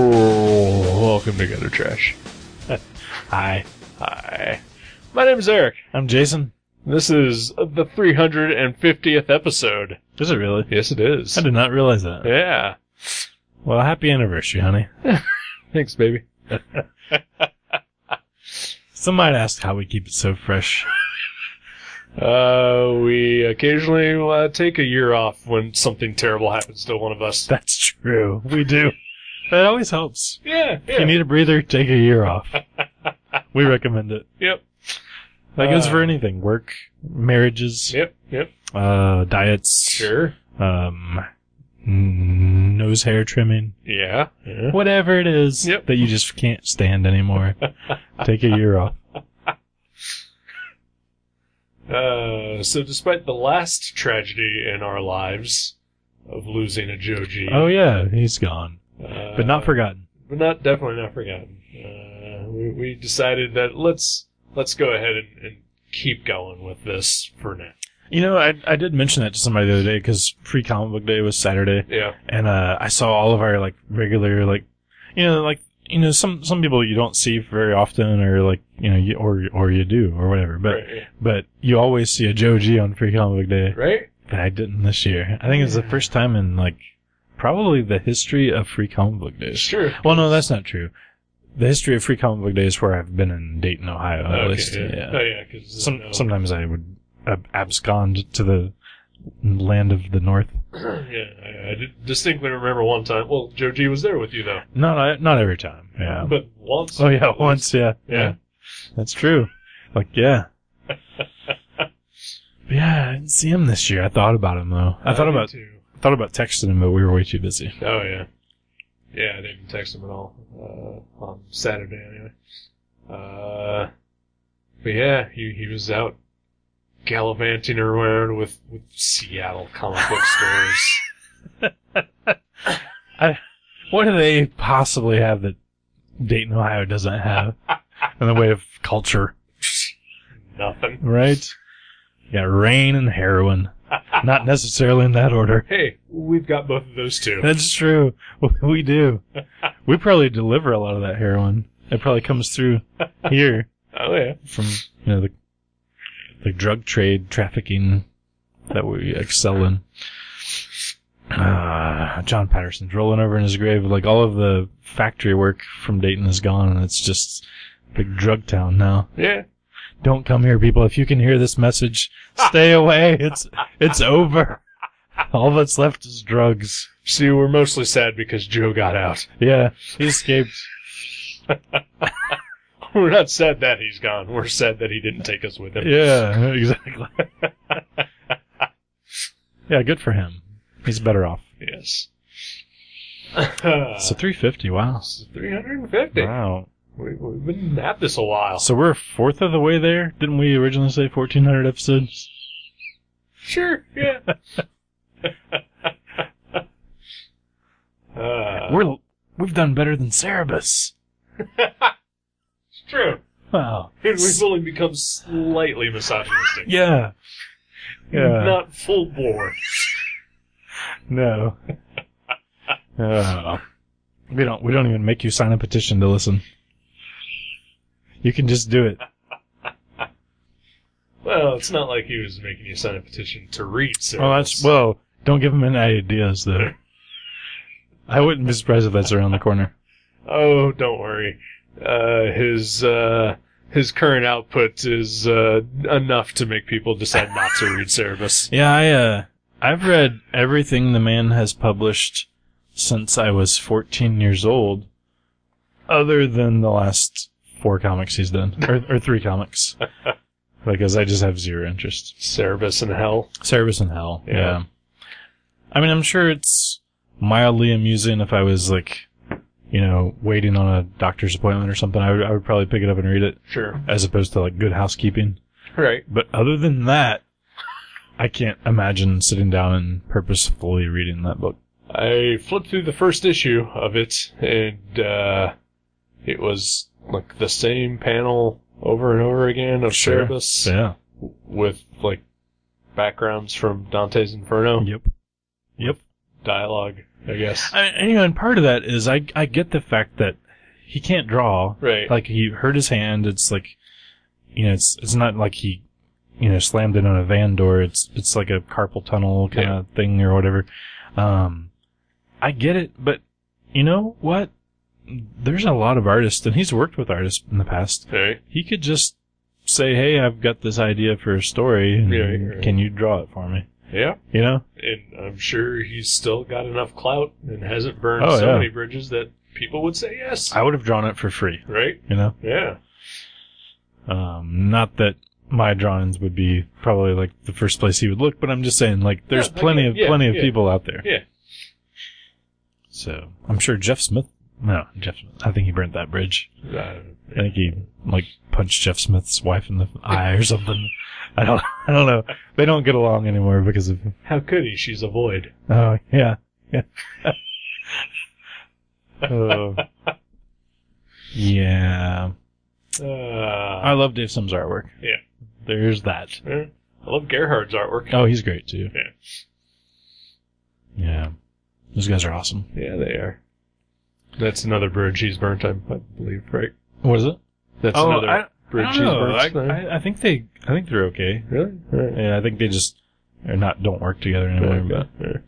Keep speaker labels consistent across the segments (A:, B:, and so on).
A: Welcome to Gutter Trash.
B: Hi,
A: Hi. My name's Eric.
B: I'm Jason.
A: This is the 350th episode.
B: Is it really?
A: Yes, it is.
B: I did not realize that.
A: Yeah.
B: Well, happy anniversary, honey.
A: Thanks, baby.
B: Some might ask how we keep it so fresh.
A: Uh, we occasionally uh, take a year off when something terrible happens to one of us.
B: That's true. We do. That always helps.
A: Yeah.
B: If you
A: yeah.
B: need a breather, take a year off. We recommend it.
A: Yep.
B: That goes for
A: Uh,
B: anything. Work, marriages,
A: Yep. Yep.
B: uh, diets,
A: Sure.
B: um, n- nose hair trimming,
A: Yeah. yeah.
B: whatever it is
A: Yep.
B: that you just can't stand anymore. take a year off.
A: Uh, so despite the last tragedy in our lives of losing a Joji,
B: Oh yeah, he's gone,
A: uh,
B: but not forgotten.
A: but not definitely not forgotten. Uh, we, we decided that let's let's go ahead and, and keep going with this for now.
B: You know, I I did mention that to somebody the other day because Free Comic Book Day was Saturday,
A: Yeah,
B: and uh, I saw all of our like regular like, you know, like you know some some people you don't see very often or like you know you, or or you do or whatever, but
A: right,
B: but you always see a Joe G on Free Comic Book Day,
A: right.
B: but I didn't this year. I think it's the first time in like probably the history of Free Comic Book
A: It's
B: Days.
A: true.
B: Well, no, that's not true. The history of Free Comic Book Days where I've been in Dayton, Ohio, Uh, at least.
A: Oh yeah, because
B: Some, Sometimes I would ab- abscond to the land of the north.
A: yeah, I, I did distinctly remember one time. Well, Joe G was there with you though.
B: Not not every time. Yeah.
A: but once.
B: Oh yeah, once. Yeah.
A: Yeah.
B: That's true. Like yeah. But yeah, I didn't see him this year. I thought about him though. I thought
A: did
B: about
A: too.
B: thought about texting him, but we were way too busy.
A: Oh yeah, yeah. I didn't text him at all uh, on Saturday anyway. Uh, but yeah, he he was out gallivanting around with with Seattle comic book stores.
B: What do they possibly have that Dayton, Ohio doesn't have in the way of culture?
A: Nothing.
B: Right? Yeah, rain and heroin. Not necessarily in that order.
A: Hey, we've got both of those too.
B: That's true. We do. We probably deliver a lot of that heroin. It probably comes through here
A: Oh yeah.
B: from you know the the drug trade trafficking that we excel in. Uh, John Patterson's rolling over in his grave. Like all of the factory work from Dayton is gone, and it's just big drug town now.
A: Yeah.
B: Don't come here, people. If you can hear this message, stay away. It's it's over. All that's left is drugs.
A: See, we're mostly sad because Joe got out.
B: Yeah, he escaped.
A: We're not sad that he's gone. We're sad that he didn't take us with him.
B: Yeah, exactly. yeah, good for him. He's better off.
A: Yes.
B: So 350. Wow.
A: 350.
B: Wow.
A: We, we've been at this a while.
B: So we're a fourth of the way there. Didn't we originally say 1400 episodes?
A: Sure, yeah. uh,
B: We're we've done better than Cerebus.
A: it's true.
B: Wow.
A: And We've only become slightly misogynistic.
B: Yeah. Yeah.
A: Not full bore.
B: No. Oh. we don't. We don't even make you sign a petition to listen. You can just do it.
A: Well, it's not like he was making you sign a petition to read. Sarah.
B: Well, Oh, that's well. Don't give him any ideas though. I wouldn't be surprised if that's around the corner.
A: Oh, don't worry. Uh, his uh, his current output is uh, enough to make people decide not to read Cerebus.
B: Yeah, I uh, I've read everything the man has published since I was 14 years old, other than the last four comics he's done, or, or three comics, because I just have zero interest.
A: Cerebus in Hell.
B: Service in Hell.
A: Yeah.
B: Yeah. I mean, I'm sure it's mildly amusing if I was like, you know, waiting on a doctor's appointment or something. I would, I would probably pick it up and read it,
A: Sure.
B: as opposed to like Good Housekeeping.
A: Right.
B: But other than that, I can't imagine sitting down and purposefully reading that book.
A: I flipped through the first issue of it, and uh, it was like the same panel over and over again of
B: Sure.
A: Cerebus
B: Yeah.
A: with like backgrounds from Dante's Inferno.
B: Yep. Yep.
A: dialogue, I guess.
B: I mean, and, you know, and part of that is I I get the fact that he can't draw.
A: Right.
B: Like he hurt his hand. It's like, you know, it's it's not like he, you know, slammed it on a van door. It's it's like a carpal tunnel kind of thing or whatever. Um, I get it, but you know what? There's a lot of artists, and he's worked with artists in the past.
A: right.
B: He could just say, "Hey, I've got this idea for a story. and
A: Yeah, yeah.
B: Can you draw it for me?"
A: Yeah.
B: You know?
A: And I'm sure he's still got enough clout and hasn't burned
B: Oh,
A: so
B: yeah.
A: many bridges that people would say yes.
B: I would have drawn it for free.
A: right?
B: You know?
A: Yeah.
B: Um, not that my drawings would be probably like the first place he would look, but I'm just saying like there's
A: Yeah, I
B: plenty
A: get-
B: of
A: yeah,
B: plenty of
A: yeah.
B: people out there.
A: Yeah.
B: So I'm sure Jeff Smith. No, Jeff. Smith- I think he burnt that bridge.
A: Uh,
B: I think he like punched Jeff Smith's wife in the eye or something. I don't. I don't know. They don't get along anymore because of.
A: how could he? She's a void.
B: Oh yeah. Yeah. Oh. yeah.
A: Uh,
B: I
A: I,
B: love Dave Sims' artwork.
A: Yeah.
B: There's that.
A: I love Gerhard's artwork.
B: Oh, he's great too.
A: Yeah.
B: Yeah. Those guys are awesome.
A: Yeah, they are. That's another bridge he's burnt, I I believe, right?
B: What is it?
A: That's
B: Oh,
A: another
B: I-
A: bridge
B: I
A: he's
B: don't know.
A: burnt.
B: I, I, I think they, I think they're okay.
A: really? Alright.
B: Yeah, I think they just are not don't work together anymore. But
A: Alright.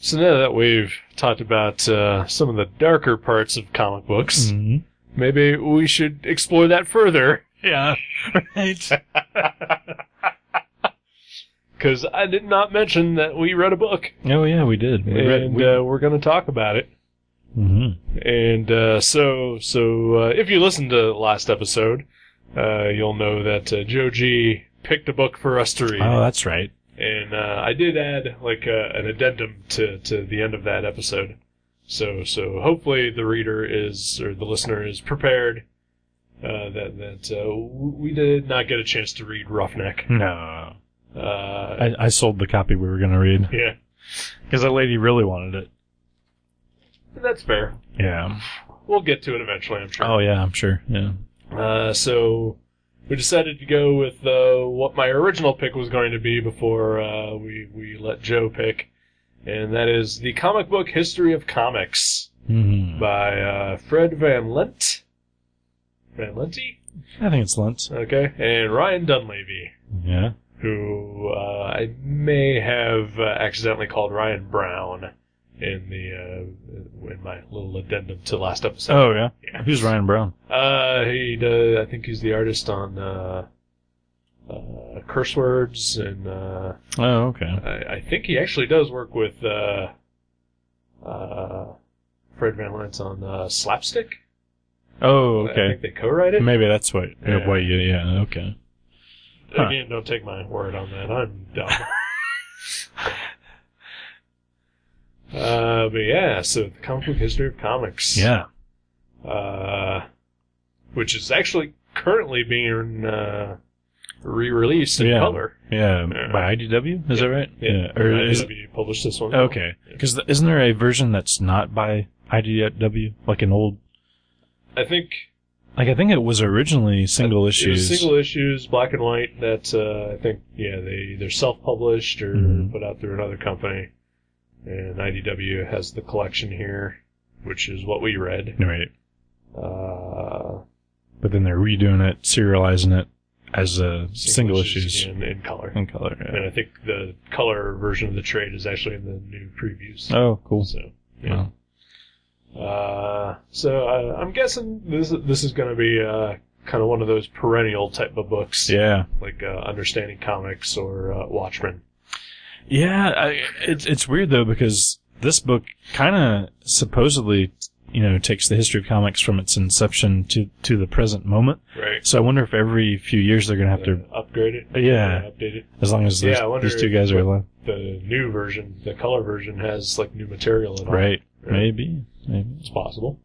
A: So now that we've talked about uh, some of the darker parts of comic books,
B: Mhm.
A: maybe we should explore that further.
B: yeah, right.
A: Because I did not mention that we read a book,
B: oh yeah, we did. We read-
A: and
B: we-
A: uh, we're going to talk about it.
B: mhm.
A: And uh, so, so uh, if you listened to last episode, uh, you'll know that uh, Joji picked a book for us to read,
B: Oh, that's right.
A: and uh, I did add like uh, an addendum to to the end of that episode. So, so hopefully the reader is or the listener is prepared. Uh, that that uh, w- we did not get a chance to read Roughneck.
B: No,
A: Uh,
B: I, I sold the copy we were gonna read
A: yeah,
B: because that lady really wanted it.
A: that's fair.
B: Yeah.
A: We'll get to it eventually, I'm sure.
B: Oh yeah, I'm sure. Yeah.
A: Uh, so we decided to go with uh, what my original pick was going to be before uh, we we let Joe pick, and that is the comic book history of comics
B: Mhm.
A: by uh, Fred Van Lent, Van Lente,
B: I think it's Lent.
A: okay, and Ryan Dunleavy,
B: Yeah.
A: who uh, I may have uh, accidentally called Ryan Brown in the uh, in my little addendum to last episode.
B: Oh yeah.
A: Yeah.
B: Who's Ryan Brown?
A: Uh, he does. I think he's the artist on uh, uh, curse words, and uh,
B: Oh okay.
A: I, I think he actually does work with uh, uh, Fred Van Lentz on uh, slapstick.
B: Oh
A: I
B: okay.
A: think they co-write it.
B: Maybe that's what.
A: Yeah.
B: Why you? Yeah. Okay. huh.
A: Again, don't take my word on that. I'm dumb. uh, but yeah, so the comic book history of comics.
B: Yeah.
A: uh, which is actually currently being uh, re-released in
B: Yeah.
A: color.
B: Yeah,
A: Yeah.
B: by IDW, is that right? Or is
A: IDW published this one.
B: okay? Because isn't there a version that's not by IDW, like an old?
A: I think
B: Like I think it was originally single
A: it was
B: issues.
A: single issues, black and white. That uh, I think yeah, they either self-published or
B: Mhm.
A: put out through another company. And IDW has the collection here, which is what we read.
B: right?
A: Uh,
B: But then they're redoing it, serializing it as a single, issues,
A: in, in color.
B: in color.
A: And I think the color version of the trade is actually in the new previews.
B: yeah. Oh, cool.
A: So, yeah. Uh, so uh, I'm guessing this this is going to be uh, kind of one of those perennial type of books,
B: Yeah,
A: like uh, Understanding Comics or uh, Watchmen.
B: yeah. I, it's it's weird though because this book kind of supposedly, you know, takes the history of comics from its inception to to the present moment.
A: Right. Uh,
B: So I wonder if every few years they're gonna have to,
A: upgrade it.
B: Yeah.
A: Uh, update it.
B: as long as
A: Yeah,
B: those
A: I wonder
B: these two
A: if-
B: guys are alive.
A: The new version, the color version, has like new material in it.
B: Right.
A: Yeah.
B: Maybe. Maybe.
A: It's possible.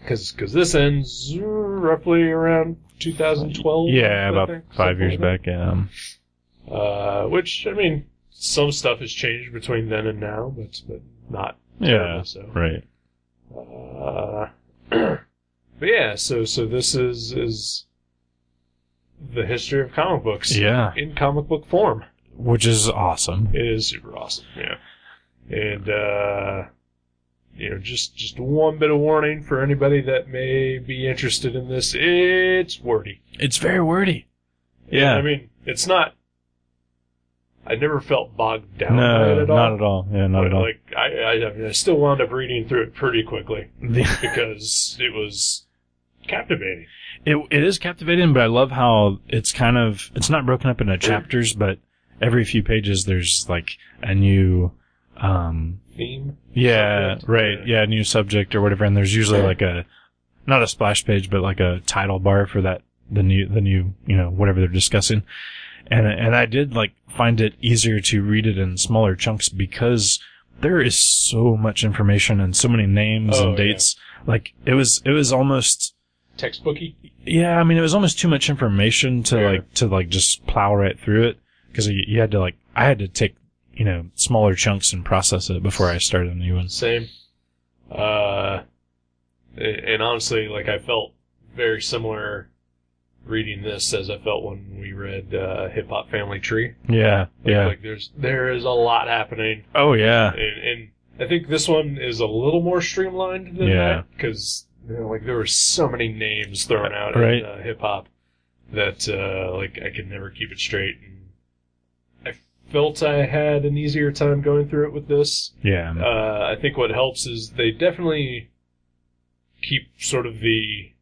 A: Because this ends roughly around 2012. I
B: Yeah, about
A: think,
B: five
A: something
B: years
A: like that.
B: back. Um,
A: Uh, which I mean, some stuff has changed between then and now, but but not
B: yeah.
A: terribly so.
B: Right.
A: Uh, but yeah, so so this is is the history of comic books
B: Yeah.
A: in comic book form.
B: which is awesome.
A: It is super awesome. Yeah. And uh you know, just just one bit of warning for anybody that may be interested in this. It's wordy.
B: It's very wordy.
A: And, I
B: Yeah.
A: mean, it's not I never felt bogged down by it
B: No,
A: at all.
B: not at all. Yeah, not
A: But,
B: at all.
A: Like I, I, I, mean, I still wound up reading through it pretty quickly because it was captivating.
B: It it is captivating, but I love how it's kind of it's not broken up into chapters, but every few pages there's like a new um
A: Theme.
B: yeah,
A: Subject.
B: right, yeah, new subject or whatever and there's usually like a not a splash page but like a title bar for that the new the new, you know, whatever they're discussing. And and I did like find it easier to read it in smaller chunks because there is so much information and so many names
A: Oh,
B: and
A: yeah.
B: dates. Like it was it was almost
A: Textbooky.
B: yeah, I mean, it was almost too much information to
A: Yeah.
B: like to like just plow right through it because you, you had to like I had to take you know smaller chunks and process it before I started the new ones.
A: Same. Uh, a- and honestly, like I felt very similar reading this as I felt when we read uh, Hip Hop Family Tree.
B: Yeah,
A: Like,
B: yeah.
A: Like there's there is a lot happening,
B: Oh yeah,
A: and, and I think this one is a little more streamlined than
B: Yeah.
A: that because you know, like there were so many names thrown out
B: Right.
A: in uh, hip hop that uh, like I could never keep it straight. And I felt I had an easier time going through it with this
B: yeah,
A: uh, I think what helps is they definitely keep sort of the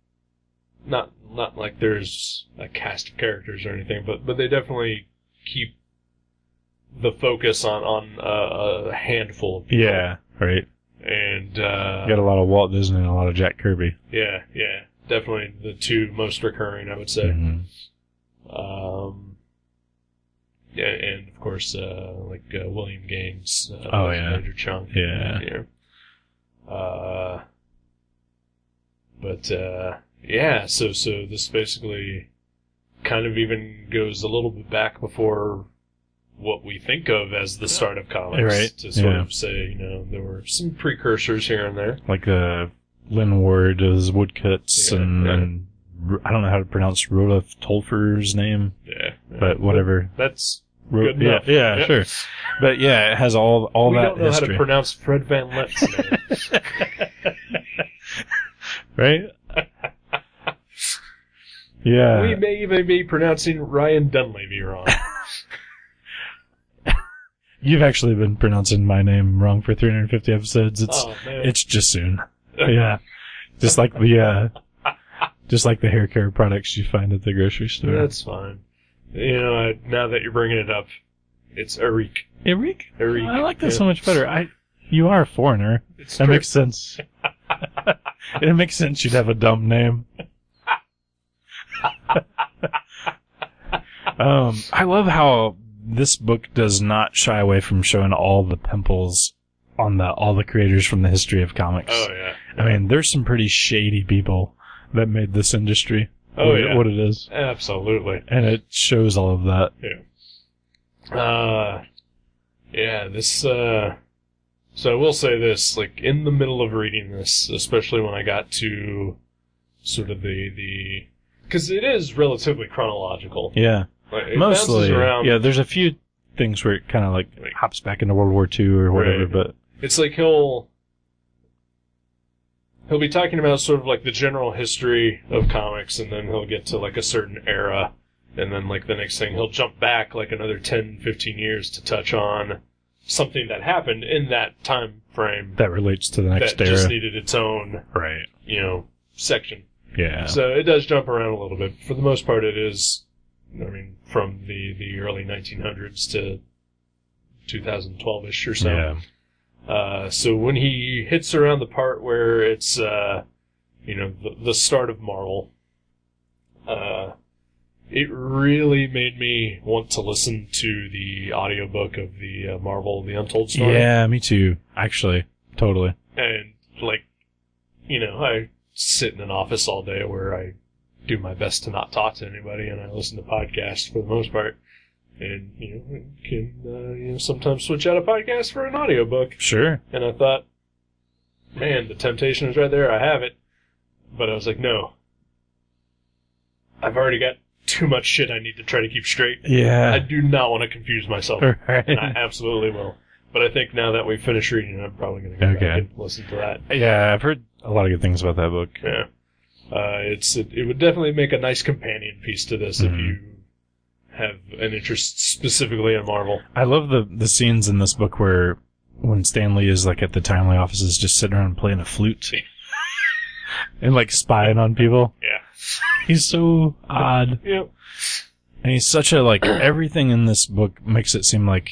A: not not like there's a cast of characters or anything, but but they definitely keep the focus on on uh, a handful of people.
B: yeah. Right.
A: and uh,
B: You got a lot of Walt Disney and a lot of Jack Kirby.
A: yeah, yeah, definitely the two most recurring, I would say.
B: Mhm.
A: Um, yeah, and of course, uh, like uh, William Gaines. Uh,
B: Oh,
A: was a
B: yeah.
A: Major chunk.
B: Yeah.
A: yeah. Uh, but uh, yeah, so so this basically kind of even goes a little bit back before what we think of as the start of comics,
B: Right,
A: To sort
B: yeah.
A: of say, you know, there were some precursors here and there.
B: Like the Lynn Ward as woodcuts
A: Yeah,
B: and,
A: yeah.
B: and R- I don't know how to pronounce Rodolph Tolfer's name,
A: Yeah, yeah.
B: but whatever.
A: that's
B: Ro-
A: good
B: yeah,
A: enough.
B: yeah,
A: Yeah.
B: sure. But yeah, it has all all
A: we
B: that
A: don't know
B: history,
A: how to pronounce Fred Van Lent's name.
B: right? yeah.
A: we may even be pronouncing Ryan Dunleavy wrong.
B: You've actually been pronouncing my name wrong for 350 episodes. It's
A: oh man,
B: it's just soon. yeah, just like the uh, just like the hair care products you find at the grocery store.
A: that's fine. You know, I, now that you're bringing it up, it's Eric.
B: Eric.
A: Eric.
B: I like that
A: yeah.
B: so much better. I you are a foreigner.
A: It's
B: That
A: true.
B: makes sense. it makes sense you'd have a dumb name. um, I love how this book does not shy away from showing all the pimples on the all the creators from the history of comics.
A: Oh yeah.
B: I mean, there's some pretty shady people that made this industry
A: Oh
B: what, it-
A: yeah.
B: what it is,
A: Absolutely.
B: and it shows all of that.
A: Uh, yeah. This. uh So I will say this: like in the middle of reading this, especially when I got to sort of the the, because it is relatively chronological.
B: Yeah,
A: Like, it bounces
B: mostly.
A: around
B: Yeah, there's a few things where it kind of like
A: Like-
B: hops back into World War II or whatever,
A: Right.
B: but
A: it's like he'll he'll be talking about sort of like the general history of comics and then he'll get to like a certain era and then like the next thing he'll jump back like another 10 15 years to touch on something that happened in that time frame
B: that relates to the next
A: that
B: era.
A: just needed its own
B: right.
A: you know section
B: Yeah.
A: so it does jump around a little bit for the most part it is i mean from the the early 1900s to 2012ish or so
B: yeah.
A: uh, so when he hits around the part where it's, uh, you know, the, the start of Marvel, uh, it really made me want to listen to the audiobook of the uh, Marvel The Untold Story.
B: Yeah, me too. Actually, totally.
A: And, like, you know, I sit in an office all day where I do my best to not talk to anybody and I listen to podcasts for the most part. And, you know, can, uh, you know, sometimes switch out a podcast for an audiobook.
B: Sure.
A: And I thought, man, the temptation is right there. I have it. But I was like, no. I've already got too much shit I need to try to keep straight. I
B: Yeah.
A: do not want to confuse myself,
B: All right.
A: and I absolutely will. But I think now that we've finished reading, it, I'm probably going to go
B: Okay.
A: back and listen to that.
B: Yeah, I've heard a lot of good things about that book.
A: Yeah, uh, it's it, it would definitely make a nice companion piece to this if
B: Mhm.
A: you have an interest specifically in Marvel.
B: I love the the scenes in this book where when Stanley is like at the timely offices just sitting around playing a flute and like spying on people.
A: Yeah.
B: He's so odd.
A: Yep.
B: And he's such a like everything in this book makes it seem like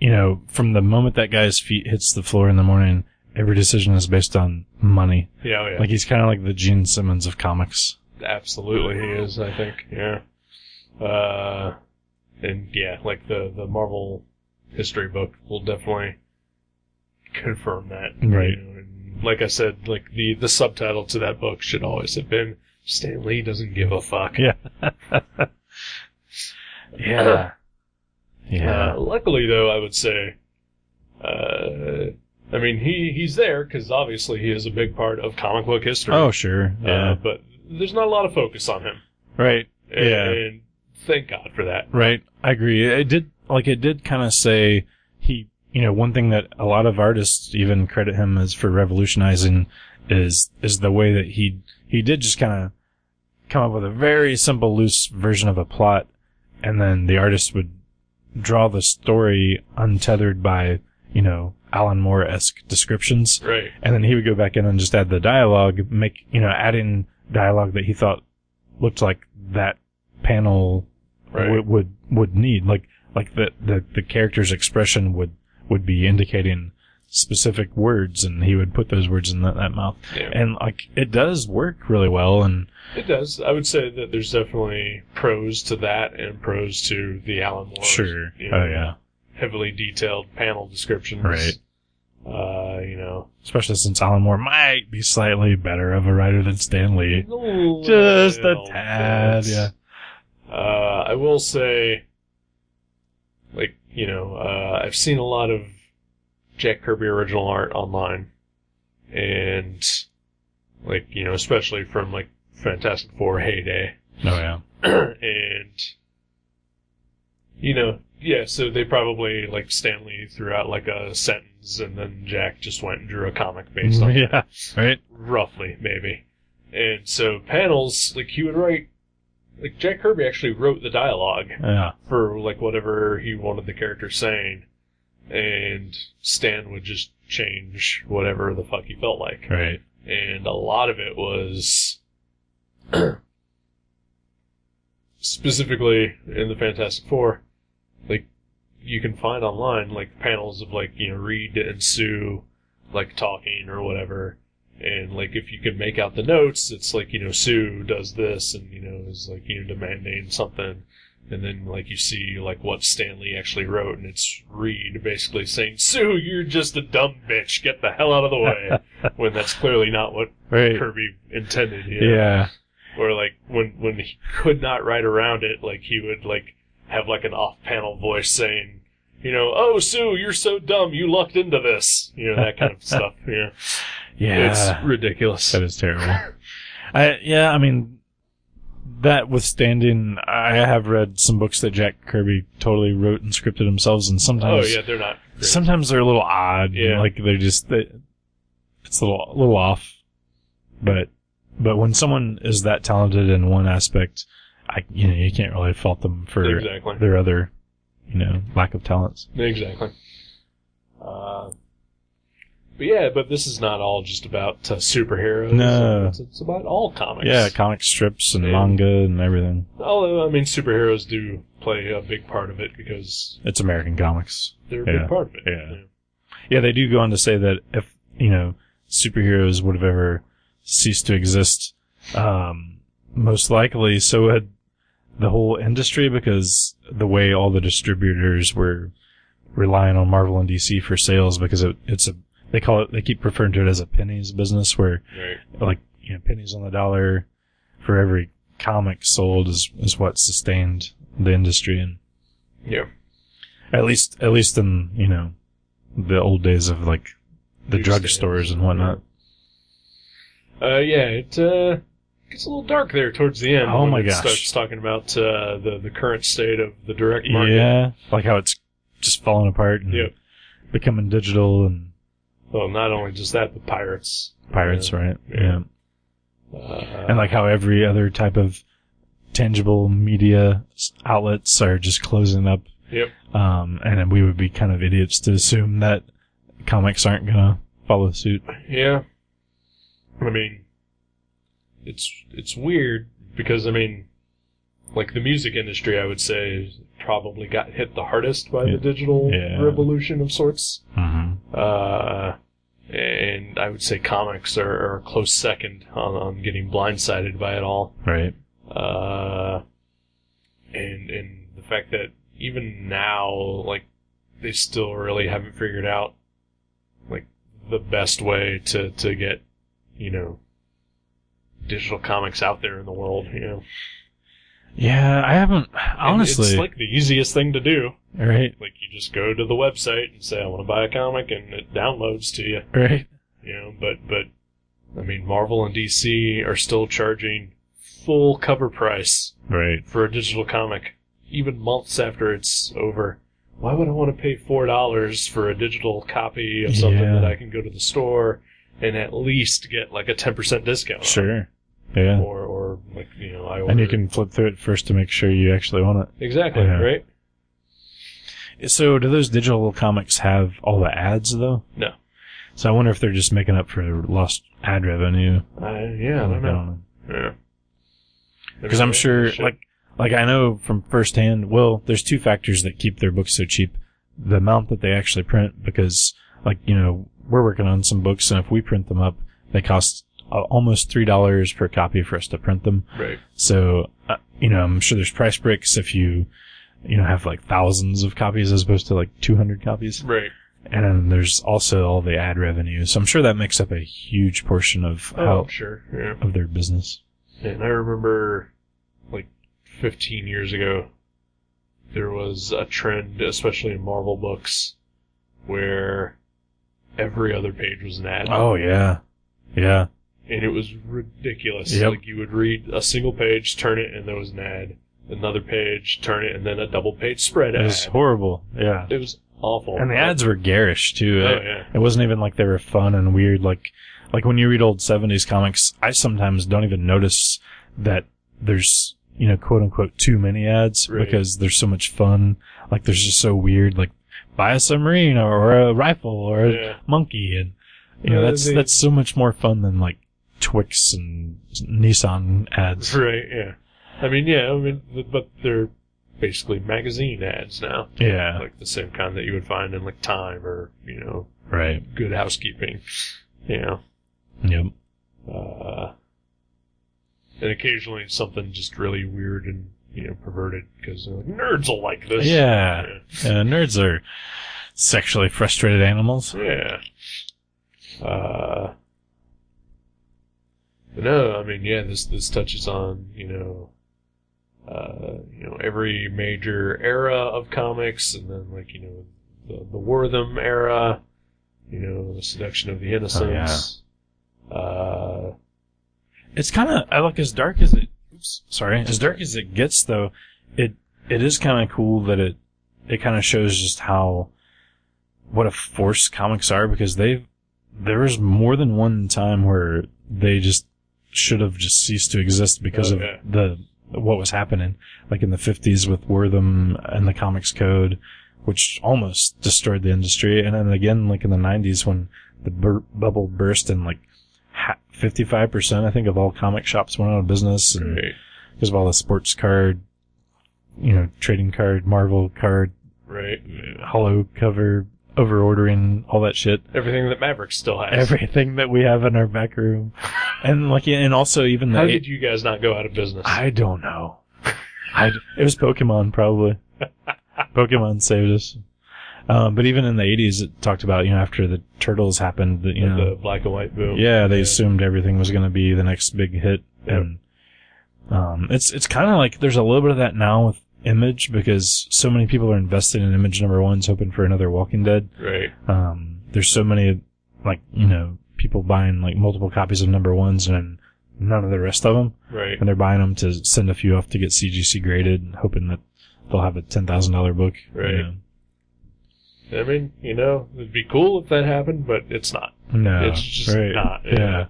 B: you know, from the moment that guy's feet hits the floor in the morning, every decision is based on money.
A: Yeah. oh, yeah.
B: Like he's kind of like the Gene Simmons of comics.
A: Absolutely, he is. I think. Yeah. Uh, and yeah, like the the Marvel history book will definitely confirm that.
B: Right.
A: You know, and like I said, like the the subtitle to that book should always have been Stan Lee doesn't give a fuck.
B: Yeah. Yeah. Yeah.
A: Uh, luckily, though, I would say, uh, I mean, he he's there because obviously he is a big part of comic book history.
B: oh, sure. Yeah.
A: Uh, but there's not a lot of focus on him.
B: right.
A: And,
B: Yeah.
A: and thank God for that.
B: Right. I agree. It did, like, it did kind of say he, you know, one thing that a lot of artists even credit him as for revolutionizing is, is the way that he, he did just kind of come up with a very simple, loose version of a plot. And then the artist would draw the story untethered by, you know, Alan Moore-esque descriptions
A: Right.
B: and then he would go back in and just add the dialogue, make you know, add in dialogue that he thought looked like that panel
A: Right.
B: would, would would need, like like the, the the character's expression would would be indicating specific words, and he would put those words in that, that mouth,
A: Yeah.
B: and like it does work really well, and
A: It does. I would say that there's definitely pros to that and pros to the Alan Moore.
B: sure,
A: you
B: oh
A: know,
B: yeah,
A: Heavily detailed panel descriptions.
B: Right.
A: Uh, you know.
B: especially since Alan Moore might be slightly better of a writer than Stanley. Just a
A: little
B: tad,
A: bit.
B: yeah.
A: Uh, I will say, like, you know, uh, I've seen a lot of Jack Kirby original art online. And, like, you know, especially from, like, Fantastic Four heyday.
B: Oh yeah,
A: and you know, yeah, so they probably like Stanley threw out like a sentence and then Jack just went and drew a comic based on it.
B: yeah, right,
A: Roughly, maybe. And so panels, like he would write like Jack Kirby actually wrote the dialogue
B: yeah,
A: for like whatever he wanted the character saying. And Stan would just change whatever the fuck he felt like
B: right,
A: and a lot of it was specifically in the Fantastic Four. Like you can find online, like panels of like you know Reed and Sue like talking or whatever, and like if you can make out the notes, it's like you know Sue does this and you know is like you know demanding something. And then, like you see, like what Stanley actually wrote, and it's Reed basically saying, "Sue, you're just a dumb bitch. Get the hell out of the way." when that's clearly not what
B: right,
A: Kirby intended. You know?
B: yeah.
A: Or like when when he could not write around it, like he would like have like an off-panel voice saying, you know, "Oh Sue, you're so dumb. You lucked into this." You know that kind of stuff. Yeah,
B: Yeah,
A: it's ridiculous.
B: that is terrible. I yeah, I mean, that withstanding, I have read some books that Jack Kirby totally wrote and scripted themselves, and
A: Oh
B: sometimes
A: yeah, they're not. great.
B: sometimes they're a little odd.
A: Yeah.
B: like they're just they, it's a little, little off. But but when someone is that talented in one aspect, I you know you can't really fault them for
A: exactly.
B: their other you know lack of talents.
A: Exactly. Uh, but yeah, but this is not all just about uh, superheroes.
B: No.
A: it's, it's about all comics.
B: Yeah, comic strips and
A: Yeah.
B: manga and everything.
A: Although I mean, superheroes do play a big part of it because
B: It's American comics.
A: they're a
B: Yeah.
A: big part of it.
B: Yeah. Yeah, they do go on to say that if, you know, superheroes would have ever ceased to exist, um, most likely so would the whole industry because the way all the distributors were relying on Marvel and DC for sales because it, it's a, they call it, they keep referring to it as a pennies business where
A: Right.
B: like, you know, pennies on the dollar for every comic sold is, is what sustained the industry and
A: Yeah.
B: at least, at least in you know, the old days of like the
A: Newsstands.
B: drugstores and whatnot.
A: Uh, yeah, it, uh, gets a little dark there towards the end.
B: Oh
A: when
B: my
A: it
B: gosh.
A: Starts talking about uh, the the current state of the direct market.
B: Yeah, Mm-hmm. like how it's just falling apart and
A: Yep.
B: becoming digital and
A: Well, not only just that, but pirates.
B: pirates, right?
A: Yeah. Uh,
B: and like how every other type of tangible media s- outlets are just closing up.
A: Yep.
B: Um, and then we would be kind of idiots to assume that comics aren't gonna follow suit.
A: Yeah. I mean, it's it's weird because I mean, like the music industry, I would say probably got hit the hardest by
B: Yeah.
A: the digital
B: Yeah.
A: revolution of sorts.
B: Mm-hmm.
A: Uh, and I would say comics are, are a close second on, on getting blindsided by it all.
B: Right.
A: Uh, and and the fact that even now, like, they still really haven't figured out like the best way to to get you know digital comics out there in the world. You know,
B: Yeah, I haven't
A: And
B: honestly.
A: it's like the easiest thing to do.
B: right.
A: Like, you just go to the website and say, "I want to buy a comic," and it downloads to you.
B: Right.
A: You know, but but I mean, Marvel and DC are still charging full cover price
B: Right.
A: for a digital comic, even months after it's over. Why would I want to pay four dollars for a digital copy of something
B: Yeah.
A: that I can go to the store and at least get like a ten percent discount? on?
B: Sure. Yeah.
A: Or or like you know I
B: And you
A: ordered-
B: can flip through it first to make sure you actually want
A: exactly
B: Yeah.
A: right.
B: it. So, do those digital comics have all the ads though?
A: No.
B: So I wonder if they're just making up for lost ad revenue.
A: Uh, yeah, I don't know. Yeah.
B: Oh Because I'm sure,
A: Shit.
B: like, like I know from firsthand. Well, there's two factors that keep their books so cheap: the amount that they actually print, because, like, you know, we're working on some books, and if we print them up, they cost uh, almost three dollars per copy for us to print them.
A: right.
B: So, uh, you know, I'm sure there's price breaks if you, you know, have like thousands of copies as opposed to like 200 copies.
A: Right.
B: And then there's also all the ad revenue. So I'm sure that makes up a huge portion of
A: Oh,
B: how,
A: I'm sure. Yeah.
B: of their business.
A: And I remember, like, 15 years ago, there was a trend, especially in Marvel books, where every other page was an ad.
B: Oh, yeah. Yeah.
A: And it was ridiculous.
B: Yep.
A: Like, you would read a single page, turn it, and there was an ad. Another page, turn it, and then a double page spread
B: It
A: ad.
B: was horrible. Yeah.
A: It was awful.
B: And the ads were garish too.
A: Oh,
B: It-
A: yeah.
B: It wasn't even like they were fun and weird. Like, like when you read old 70s comics, I sometimes don't even notice that there's, you know, quote unquote too many ads
A: Right.
B: because there's so much fun. Like, there's just so weird. Like, buy a submarine or a rifle or a
A: Yeah.
B: monkey. And, you know,
A: Uh,
B: that's,
A: they-
B: that's so much more fun than like Twix and Nissan ads.
A: Right, yeah. I mean, yeah, I mean, th- but they're basically magazine ads now.
B: Yeah.
A: Like, the same kind that you would find in, like, Time or, you know,
B: Right.
A: good housekeeping. You know,
B: Yep.
A: uh, and occasionally something just really weird and you know perverted because like, nerds will like this.
B: Yeah. Uh, nerds are sexually frustrated animals.
A: yeah. Yeah. Uh, but no, I mean, yeah, this this touches on you know. Uh, you know every major era of comics, and then like you know the, the Wortham era, you know the seduction of the innocents, uh,
B: it's kind of I like as dark as it. Oops, sorry. As dark as it gets, though, it it is kind of cool that it it kind of shows just how what a force comics are because they've there was more than one time where they just should have just ceased to exist because
A: Oh,
B: of
A: yeah.
B: the what was happening, like in the fifties with Wortham and the Comics Code, which almost destroyed the industry, and then again like in the nineties when the bur- bubble burst and like fifty-five percent, I think, of all comic shops went out of business, and
A: Right,
B: because of all the sports card, you know, trading card, Marvel card,
A: right.
B: hollow cover, over ordering, all that shit.
A: Everything that Maverick still has.
B: Everything that we have in our back room, and like, and also even the
A: How did you guys not go out of business?
B: I don't know. I it was Pokemon probably. Pokemon saved us. Um, but even in the 80s, it talked about you know after the turtles happened, that, you know,
A: The black and white boom.
B: Yeah, they
A: Yeah.
B: assumed everything was going to be the next big hit,
A: Yep.
B: and um, it's it's kind of like there's a little bit of that now with Image because so many people are invested in Image number one's hoping for another Walking Dead.
A: Right.
B: Um, there's so many like you know people buying like multiple copies of number ones and none of the rest of them,
A: Right.
B: and they're buying them to send a few off to get CGC graded, and hoping that they'll have a ten thousand dollar book. you
A: Right.
B: know.
A: I mean, you know, it'd be cool if that happened, but it's not.
B: No,
A: it's just
B: right.
A: not. you
B: Yeah.
A: know.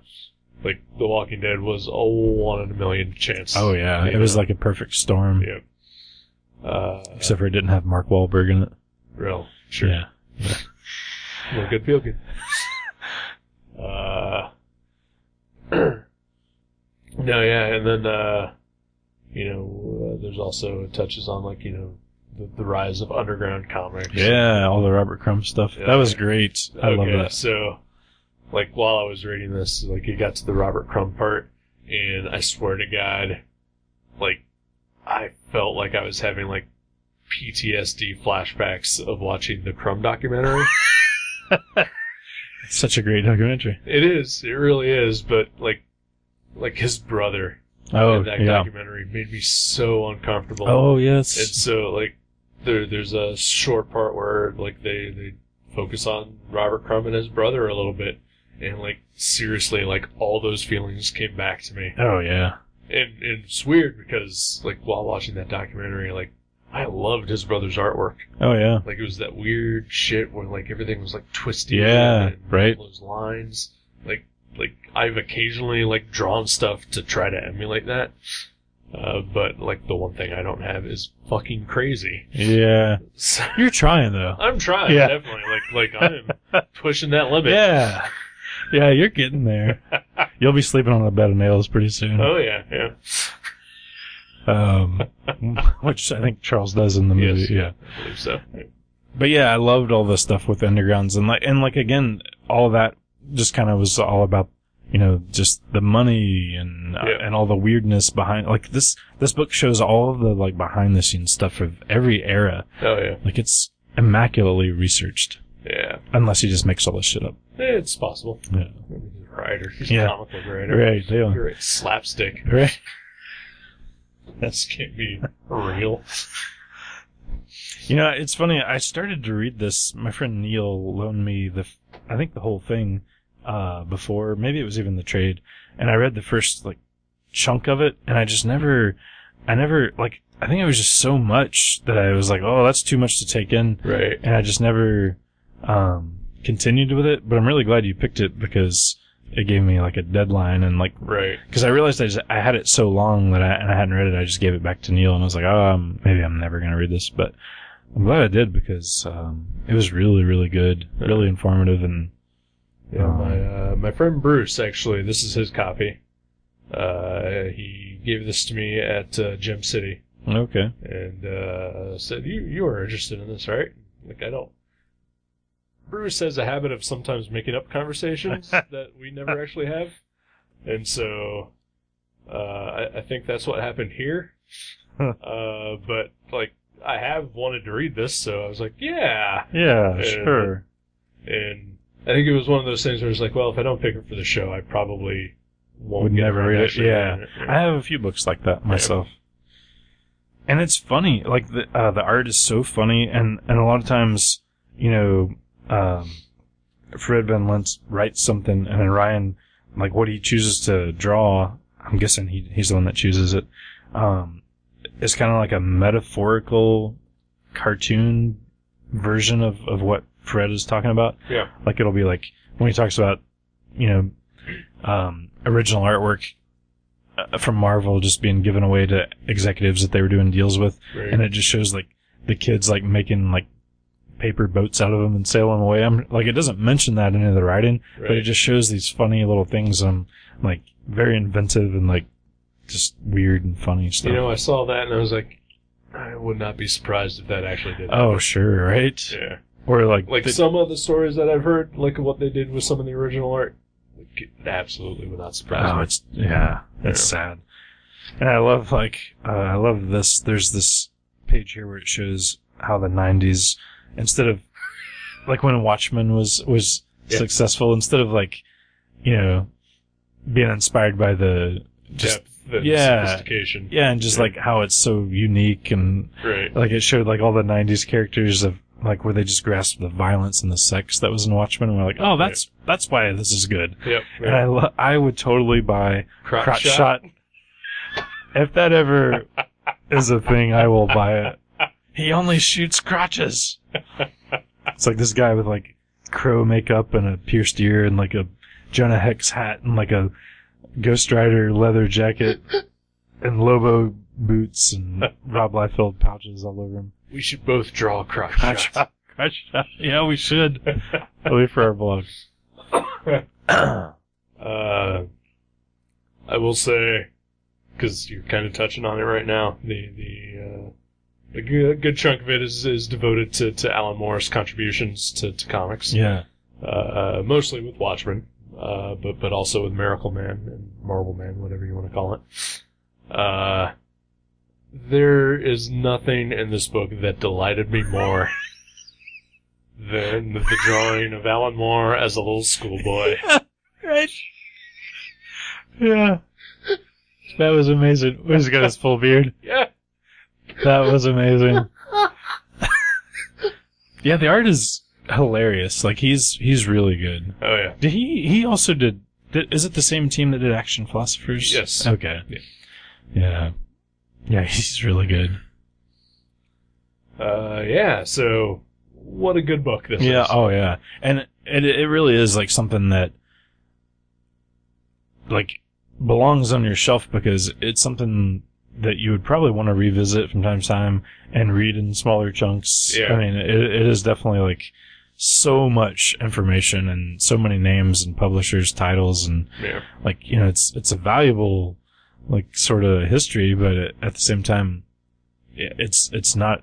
A: Like The Walking Dead was a one in a million chance.
B: Oh yeah, it was like a perfect storm,
A: Yep. Uh,
B: except for it didn't have Mark Wahlberg in it.
A: real. Sure.
B: Yeah.
A: Look good, feel good. Uh, no, yeah, and then uh, you know, uh, there's also it touches on like you know the, the rise of underground comics.
B: Yeah, all the Robert Crumb stuff.
A: Yeah. Oh,
B: That was great. I
A: okay,
B: love that.
A: So, like while I was reading this, like it got to the Robert Crumb part, and I swear to God, like I felt like I was having like PTSD flashbacks of watching the Crumb documentary.
B: Such a great documentary.
A: It is. It really is. But like, like his brother
B: Oh
A: in that
B: yeah.
A: documentary made me so uncomfortable.
B: Oh
A: And
B: yes.
A: so like, there there's a short part where like they they focus on Robert Crumb and his brother a little bit, and like seriously like all those feelings came back to me.
B: Oh yeah.
A: And and it's weird because like while watching that documentary like. I loved his brother's artwork.
B: Oh yeah.
A: Like it was that weird shit where like everything was like twisty.
B: Yeah,
A: and
B: right.
A: all Those lines, like like I've occasionally like drawn stuff to try to emulate that, uh, but like the one thing I don't have is fucking crazy.
B: Yeah.
A: So
B: You're trying though.
A: I'm trying
B: Yeah.
A: definitely. Like like I'm pushing that limit.
B: Yeah. Yeah, you're getting there. You'll be sleeping on a bed of nails pretty soon.
A: Oh yeah, yeah.
B: Um, which I think Charles does in the movie.
A: Yes.
B: Yeah.
A: I believe so.
B: But yeah, I loved all the stuff with undergrounds and like, and like again, all that just kind of was all about, you know, just the money and, uh,
A: Yeah.
B: and all the weirdness behind, like this, this book shows all of the like behind the scenes stuff of every era.
A: Oh yeah,
B: Like it's immaculately researched.
A: yeah.
B: Unless he just makes all this shit up.
A: It's possible.
B: Yeah.
A: I mean, He's a writer. He's
B: Yeah.
A: a comic book writer.
B: Right. Yeah.
A: You're right. Slapstick.
B: Right.
A: This can't be real.
B: You know, it's funny. I started to read this. My friend Neil loaned me the, f- I think the whole thing, uh, before. Maybe it was even the trade. And I read the first, like, chunk of it, and I just never, I never, like, I think it was just so much that I was like, oh, that's too much to take in.
A: Right.
B: And I just never, um, continued with it. But I'm really glad you picked it because it gave me, like, a deadline and, like,
A: Right.
B: because I realized I, just, I had it so long that I, and I hadn't read it. I just gave it back to Neil and I was like, oh, um, maybe I'm never going to read this, but I'm glad I did because, um, it was really, really good, really informative and,
A: Yeah, my uh, my friend Bruce actually, this is his copy. Uh, he gave this to me at uh, Gem City
B: okay.
A: and uh, said, "You you are interested in this, right?" Like I don't. Bruce has a habit of sometimes making up conversations that we never actually have, and so uh, I, I think that's what happened here.
B: Huh.
A: uh, but like I have wanted to read this, so I was like, "Yeah."
B: Yeah,
A: Yeah.
B: sure.
A: And I think it was one of those things where it's like, well, if I don't pick it for the show, I probably won't
B: Would
A: get
B: never
A: around to
B: read it,
A: actually
B: yeah.
A: reading it.
B: I have a few books like that myself. And it's funny, like the, uh, the art is so funny and, and a lot of times, you know, um, Fred Van Lentz writes something and then Ryan, like what he chooses to draw, I'm guessing he, he's the one that chooses it, um, is kind of like a metaphorical cartoon version of, of what Fred is talking about.
A: Yeah.
B: Like it'll be like when he talks about, you know, um, original artwork uh, from Marvel just being given away to executives that they were doing deals with,
A: Right.
B: and it just shows like the kids like making like paper boats out of them and sailing them away. I'm like, it doesn't mention that in any of the writing, but it
A: Right.
B: just shows these funny little things. Um, like very inventive and like just weird and funny stuff.
A: you know, I saw that and I was like, I would not be surprised if that actually did.
B: oh sure, right?
A: yeah.
B: Or like,
A: Like
B: the-
A: some of the stories that I've heard, like what they did with some of the original art, like, it absolutely would not surprise
B: Oh,
A: me.
B: it's yeah, it's sad. And I love like uh, I love this. There's this page here where it shows how the '90s, instead of like when Watchmen was was
A: Yeah.
B: successful, instead of like you know being inspired by the just
A: Depth and
B: yeah.
A: sophistication.
B: yeah, and just
A: Yeah.
B: like how it's so unique and
A: Right.
B: like it showed like all the '90s characters of like where they just grasped the violence and the sex that was in Watchmen, and we're like, oh, that's that's why this is good.
A: Yep.
B: And I lo- I would totally buy
A: Crotch
B: Crotch Shot. If that ever is a thing, I will buy it. He only shoots crotches. It's like this guy with like crow makeup and a pierced ear and like a Jonah Hex hat and like a Ghost Rider leather jacket and Lobo boots and Rob Liefeld pouches all over him.
A: We should both draw crotch,
B: Crotch
A: shots.
B: shot. Crotch shot. Yeah, we should. That'll be for our blog.
A: Uh, I will say, because you're kind of touching on it right now, the the uh, a good, a good chunk of it is, is devoted to, to Alan Moore's contributions to, to comics,
B: Yeah.
A: uh, uh, mostly with Watchmen, uh, but but also with Miracle Man and Marvel Man, whatever you want to call it. Uh, there is nothing in this book that delighted me more than the drawing of Alan Moore as a little schoolboy.
B: Right. Yeah. That was amazing. He's got his full beard.
A: Yeah.
B: That was amazing. yeah, the art is hilarious. Like he's he's really good.
A: Oh yeah.
B: Did he he also did, did is it the same team that did Action Philosophers?
A: Yes.
B: Okay.
A: Yeah.
B: Yeah. Yeah, he's really good.
A: Uh, yeah. So, what a good book this
B: Yeah,
A: is.
B: oh yeah. And it it really is like something that like belongs on your shelf because it's something that you would probably want to revisit from time to time and read in smaller chunks.
A: Yeah.
B: I mean, it, it is definitely like so much information and so many names and publishers, titles, and
A: Yeah.
B: like you know, it's it's a valuable like sort of history, but it, at the same time, it- it's it's not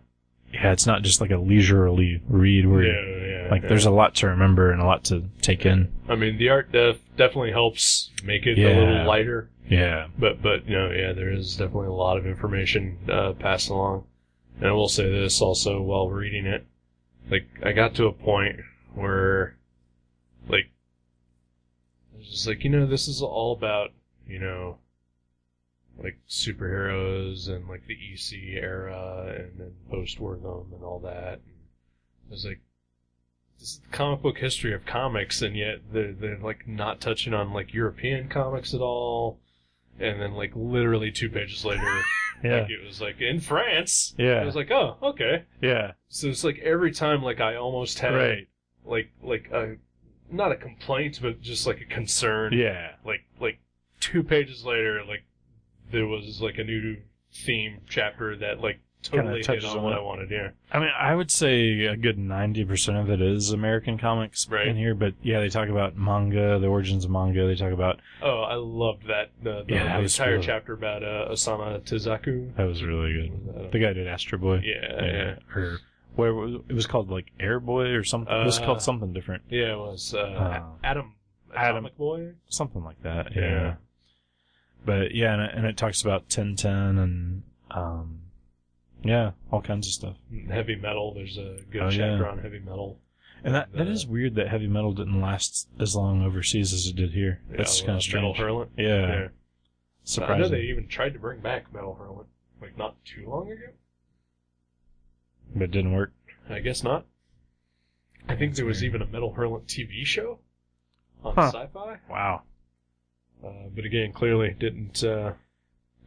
B: yeah, it's not just like a leisurely read where
A: Yeah.
B: you
A: yeah,
B: like
A: yeah.
B: there's a lot to remember and a lot to take in.
A: I mean, the art def- definitely helps make it a
B: Yeah.
A: little lighter,
B: Yeah.
A: but but you know, yeah, there is definitely a lot of information uh, passed along. And I will say this also while reading it, like I got to a point where, like, I was just like, you know, this is all about you know, like superheroes and like the EC era and then post war them and all that. And I was like, this is the comic book history of comics, and yet they're, they're like not touching on like European comics at all. And then like literally two pages later, like it was like in France.
B: Yeah.
A: I was like, oh, okay.
B: Yeah.
A: So it's like every time like I almost had like like a not a complaint but just like a concern
B: Yeah.
A: like like two pages later, like there was like a new theme chapter that like totally hit
B: touches
A: on
B: on
A: what
B: it.
A: I wanted. Yeah,
B: I mean, I would say a good 90% of it is American comics
A: Right.
B: in here, but yeah, they talk about manga, the origins of manga. They talk about,
A: oh, I loved that the, the,
B: Yeah, that
A: the
B: was
A: entire
B: cool.
A: chapter about uh, Osama Tezaku.
B: that was really good. The guy did Astro Boy.
A: Yeah, yeah,
B: Or where was, it was called like Air Boy or something. it was
A: Uh,
B: called something different.
A: yeah. It was uh,
B: Uh,
A: Adam
B: Adam.
A: Atomic Boy.
B: Something like that.
A: Yeah.
B: Yeah. But yeah, and it, and it talks about Tintin and, um, yeah, all kinds of stuff.
A: Heavy metal. There's a good
B: Oh,
A: chapter
B: yeah.
A: on heavy metal.
B: And that, that
A: Uh,
B: is weird that heavy metal didn't last as long overseas as it did here.
A: Yeah,
B: That's
A: uh,
B: kind of strange.
A: Metal Hurlant.
B: Yeah,
A: Yeah. I know
B: surprising.
A: they even tried to bring back Metal Hurlant like not too long ago.
B: but it didn't work.
A: I guess not. I think there was even a Metal Hurlant TV show on
B: Huh.
A: Sci-Fi.
B: Wow.
A: Uh, but again, clearly it didn't uh,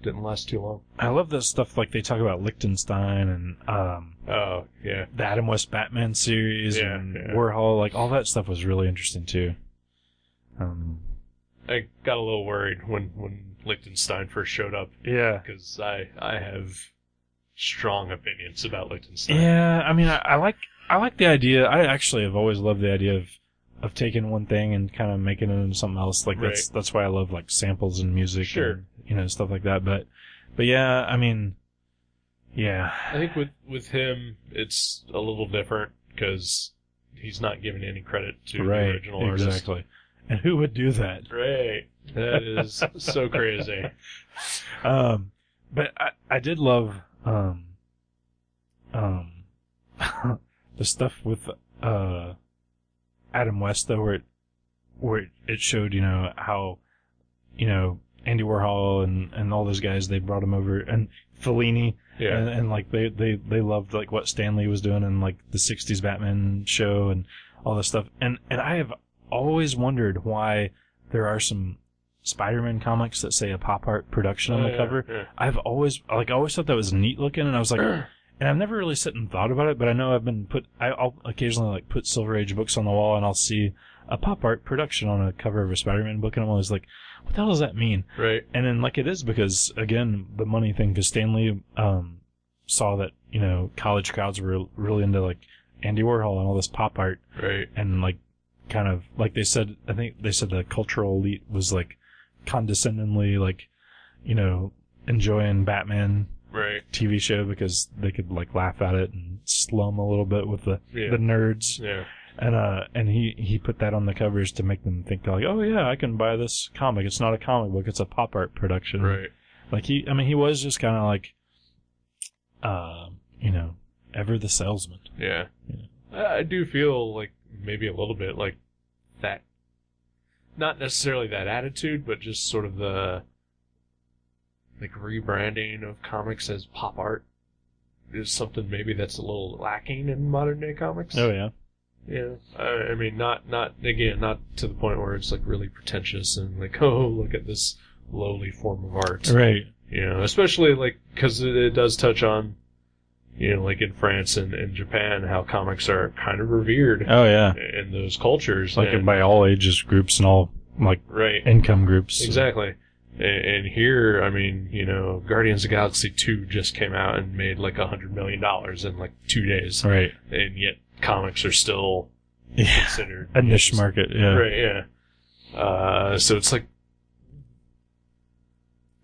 A: didn't last too long.
B: I love that stuff. Like they talk about Liechtenstein and um,
A: Oh yeah,
B: the Adam West Batman series
A: Yeah,
B: and
A: yeah.
B: Warhol. Like all that stuff was really interesting too. Um,
A: I got a little worried when when Liechtenstein first showed up
B: yeah.
A: because I I have strong opinions about Liechtenstein.
B: Yeah. I mean, I, I like I like the idea. I actually have always loved the idea of of taking one thing and kind of making it into something else. Like that's that's why I love like samples and music.
A: Sure.
B: And, you know stuff like that. But but yeah, I mean, yeah.
A: I think with with him it's a little different because he's not giving any credit to the original artist.
B: exactly. And who would do that?
A: Right, that is so crazy.
B: Um, but I, I did love um, um, the stuff with uh, Adam West though, where it, where it, it showed you know how you know Andy Warhol and and all those guys they brought him over and Fellini
A: Yeah.
B: and, and like they, they they loved like what Stan Lee was doing in like the '60s Batman show and all this stuff. And and I have always wondered why there are some Spider-Man comics that say a pop art production on
A: Oh,
B: the
A: yeah,
B: cover.
A: yeah.
B: I've always like I always thought that was neat looking, and I was like, and I've never really sat and thought about it, but I know I've been put. I, I'll occasionally like put Silver Age books on the wall, and I'll see a pop art production on a cover of a Spider-Man book, and I'm always like, what the hell does that mean?
A: Right.
B: And then like it is because again the money thing because Stanley um saw that you know college crowds were really into like Andy Warhol and all this pop art
A: Right.
B: and like kind of like they said I think they said the cultural elite was like condescendingly like you know enjoying Batman
A: Right.
B: TV show because they could like laugh at it and slum a little bit with the
A: Yeah.
B: the nerds
A: Yeah.
B: and uh and he he put that on the covers to make them think like oh yeah I can buy this comic it's not a comic book it's a pop art production
A: Right.
B: like he, I mean, he was just kind of like, uh, you know, ever the salesman.
A: Yeah.
B: Yeah.
A: I I do feel like maybe a little bit like that. Not necessarily that attitude, but just sort of the like rebranding of comics as pop art is something maybe that's a little lacking in modern day comics.
B: Oh yeah,
A: Yeah, I, I mean, not not again, not to the point where it's like really pretentious and like, oh, look at this lowly form of art.
B: right.
A: You know, especially like because it, it does touch on, you know, like in France and, and Japan, how comics are kind of revered
B: Oh yeah,
A: in those cultures.
B: like
A: and,
B: by all ages groups and all like
A: right,
B: income groups.
A: exactly. And, and here, I mean, you know, Guardians of the Galaxy two just came out and made like a hundred million dollars in like two days,
B: Right.
A: and yet comics are still
B: Yeah.
A: considered
B: A niche market. Yeah.
A: Right, yeah. Uh, so it's like,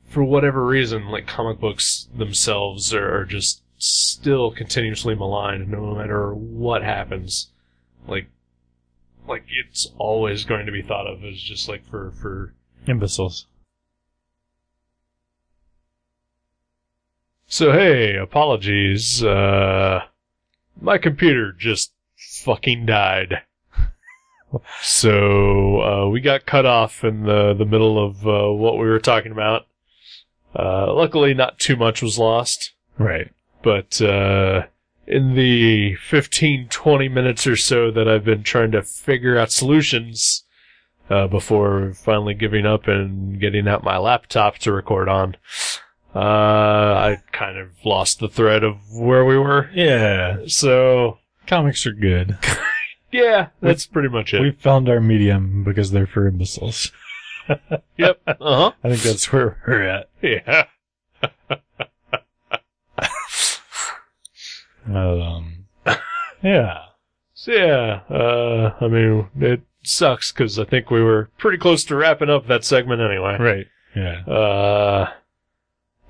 A: for whatever reason, like comic books themselves are, are just still continuously maligned, no matter what happens. Like, like it's always going to be thought of as just like for for.
B: Imbeciles.
A: So hey, apologies. Uh, my computer just fucking died. So uh, we got cut off in the the middle of uh, what we were talking about. Uh, luckily, not too much was lost,
B: Right.
A: but uh, in the 15, 20 minutes or so that I've been trying to figure out solutions uh, before finally giving up and getting out my laptop to record on, uh, I kind of lost the thread of where we were.
B: Yeah.
A: So
B: Comics are good.
A: yeah, that's pretty much it.
B: We found our medium because they're for imbeciles.
A: Yep. Uh huh.
B: I think that's where we're at.
A: Yeah.
B: Um. Yeah.
A: So yeah, uh, I mean, it sucks because I think we were pretty close to wrapping up that segment anyway.
B: Right. Yeah.
A: Uh,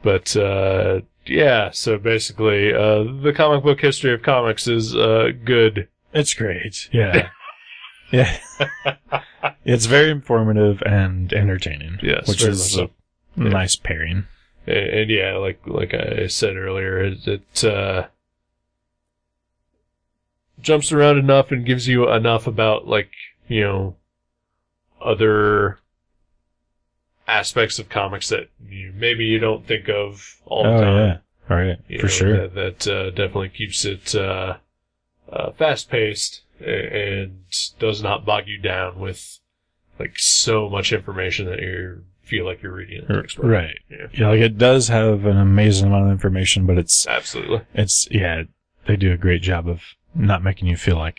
A: but uh, yeah, so basically, uh, the comic book history of comics is uh, good.
B: It's great. Yeah. yeah. it's very informative and entertaining.
A: Yes,
B: Which
A: very
B: is
A: much
B: a nice pairing.
A: And, and yeah, like like I said earlier, it, it uh, jumps around enough and gives you enough about like you know other aspects of comics that you, maybe you don't think of all the
B: oh,
A: time.
B: yeah. All right.
A: You
B: For
A: know,
B: sure.
A: That, that uh, definitely keeps it uh, uh, fast paced and does not bog you down with like so much information that you feel like you're reading a
B: R-
A: textbook.
B: Right.
A: Yeah.
B: Yeah, like it does have an amazing amount of information, but it's,
A: Absolutely.
B: it's, yeah, they do a great job of not making you feel like,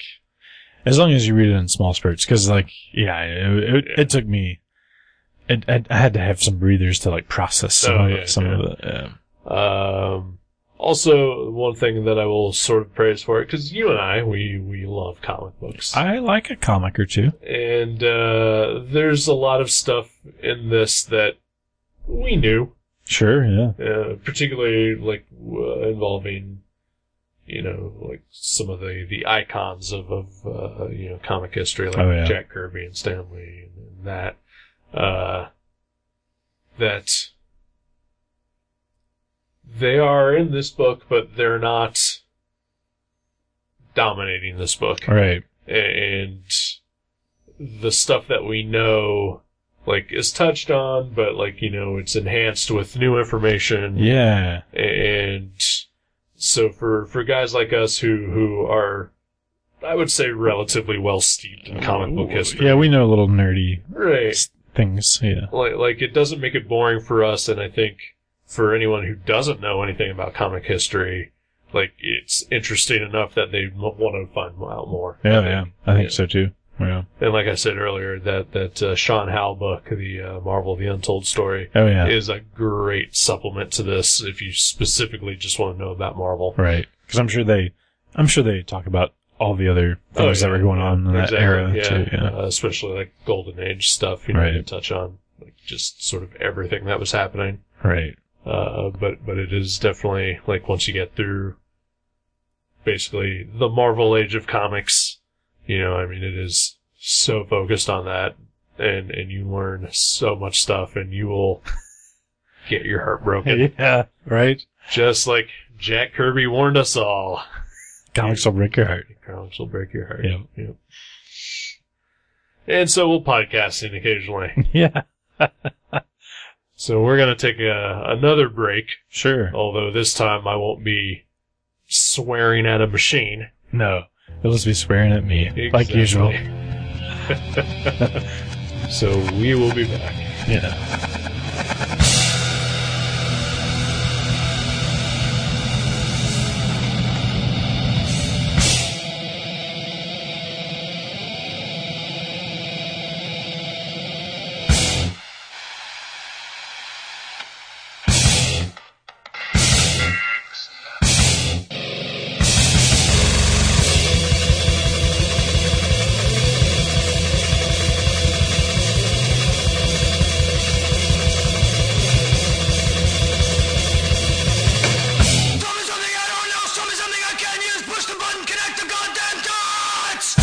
B: as long as you read it in small spurts, cause like, yeah, it, it,
A: Yeah.
B: it took me, it, I, I had to have some breathers to like process some,
A: Oh,
B: of,
A: yeah,
B: some
A: yeah.
B: of the, yeah.
A: Um, also, one thing that I will sort of praise for it, because you and I, we, we love comic books.
B: I like a comic or two.
A: and uh, there's a lot of stuff in this that we knew,
B: Sure. Yeah.
A: uh, particularly like uh, involving, you know, like some of the, the icons of, of uh, you know, comic history, like
B: Oh, yeah.
A: Jack Kirby and Stanley and that. Uh, that they are in this book, but they're not dominating this book.
B: All right.
A: A- And the stuff that we know, like is touched on, but like you know it's enhanced with new information.
B: Yeah.
A: and so for for guys like us who who are I would say relatively well steeped in comic book history.
B: Yeah, we know little nerdy
A: Right.
B: things. Yeah.
A: Like like it doesn't make it boring for us and I think for anyone who doesn't know anything about comic history, like it's interesting enough that they m- want to find out more.
B: Yeah, yeah. I think
A: Yeah.
B: so too. Yeah.
A: And like I said earlier, that that uh, Sean Hal book, the uh, Marvel the Untold Story,
B: Oh yeah.
A: is a great supplement to this if you specifically just want to know about Marvel.
B: right. Because I'm sure they, I'm sure they talk about all the other
A: Oh,
B: things
A: yeah,
B: that were going
A: yeah,
B: on in that
A: exactly,
B: era
A: yeah.
B: too. Yeah.
A: Uh, especially like golden age stuff. You know,
B: Right.
A: you touch on like just sort of everything that was happening.
B: Right.
A: Uh, but but it is definitely like once you get through basically the Marvel age of comics, you know, I mean, it is so focused on that, and and you learn so much stuff, and you will get your heart broken,
B: Yeah. Right.
A: just like Jack Kirby warned us all.
B: Comics will break your heart.
A: Comics will break your heart.
B: Yep.
A: Yep. And so we'll podcasting occasionally.
B: yeah.
A: so we're gonna take a, another break,
B: Sure.
A: although this time I won't be swearing at a machine.
B: No. They'll just be swearing at me like
A: Exactly.
B: usual.
A: So we will be back.
B: Yeah.
C: Show me something I don't know. Show me something I can use. Push the button. Connect the goddamn dots.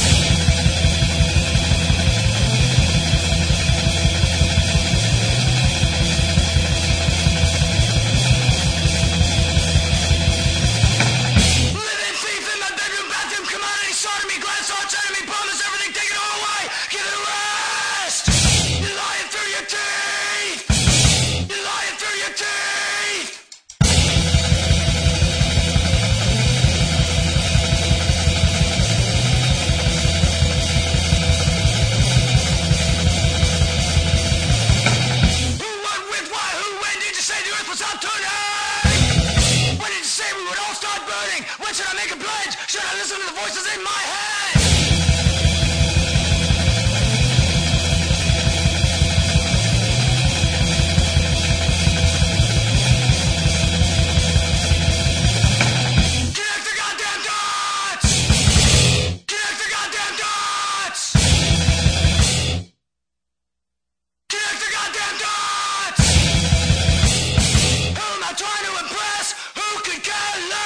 C: Living thief in my bedroom, bathroom, commodity, sodomy, glass arts, enemy, promise, everything. Take it all away. Give it a rest. You're lying through your teeth. You're lying through your teeth. Who, what, with, why, who, when did you say the earth was up tonight? When did you say we would all start burning? When should I make a pledge? Should I listen to the voices in my head? Connect the goddamn dots! Connect the goddamn dots! Connect the goddamn dots! Who am I trying to impress? Who could care less?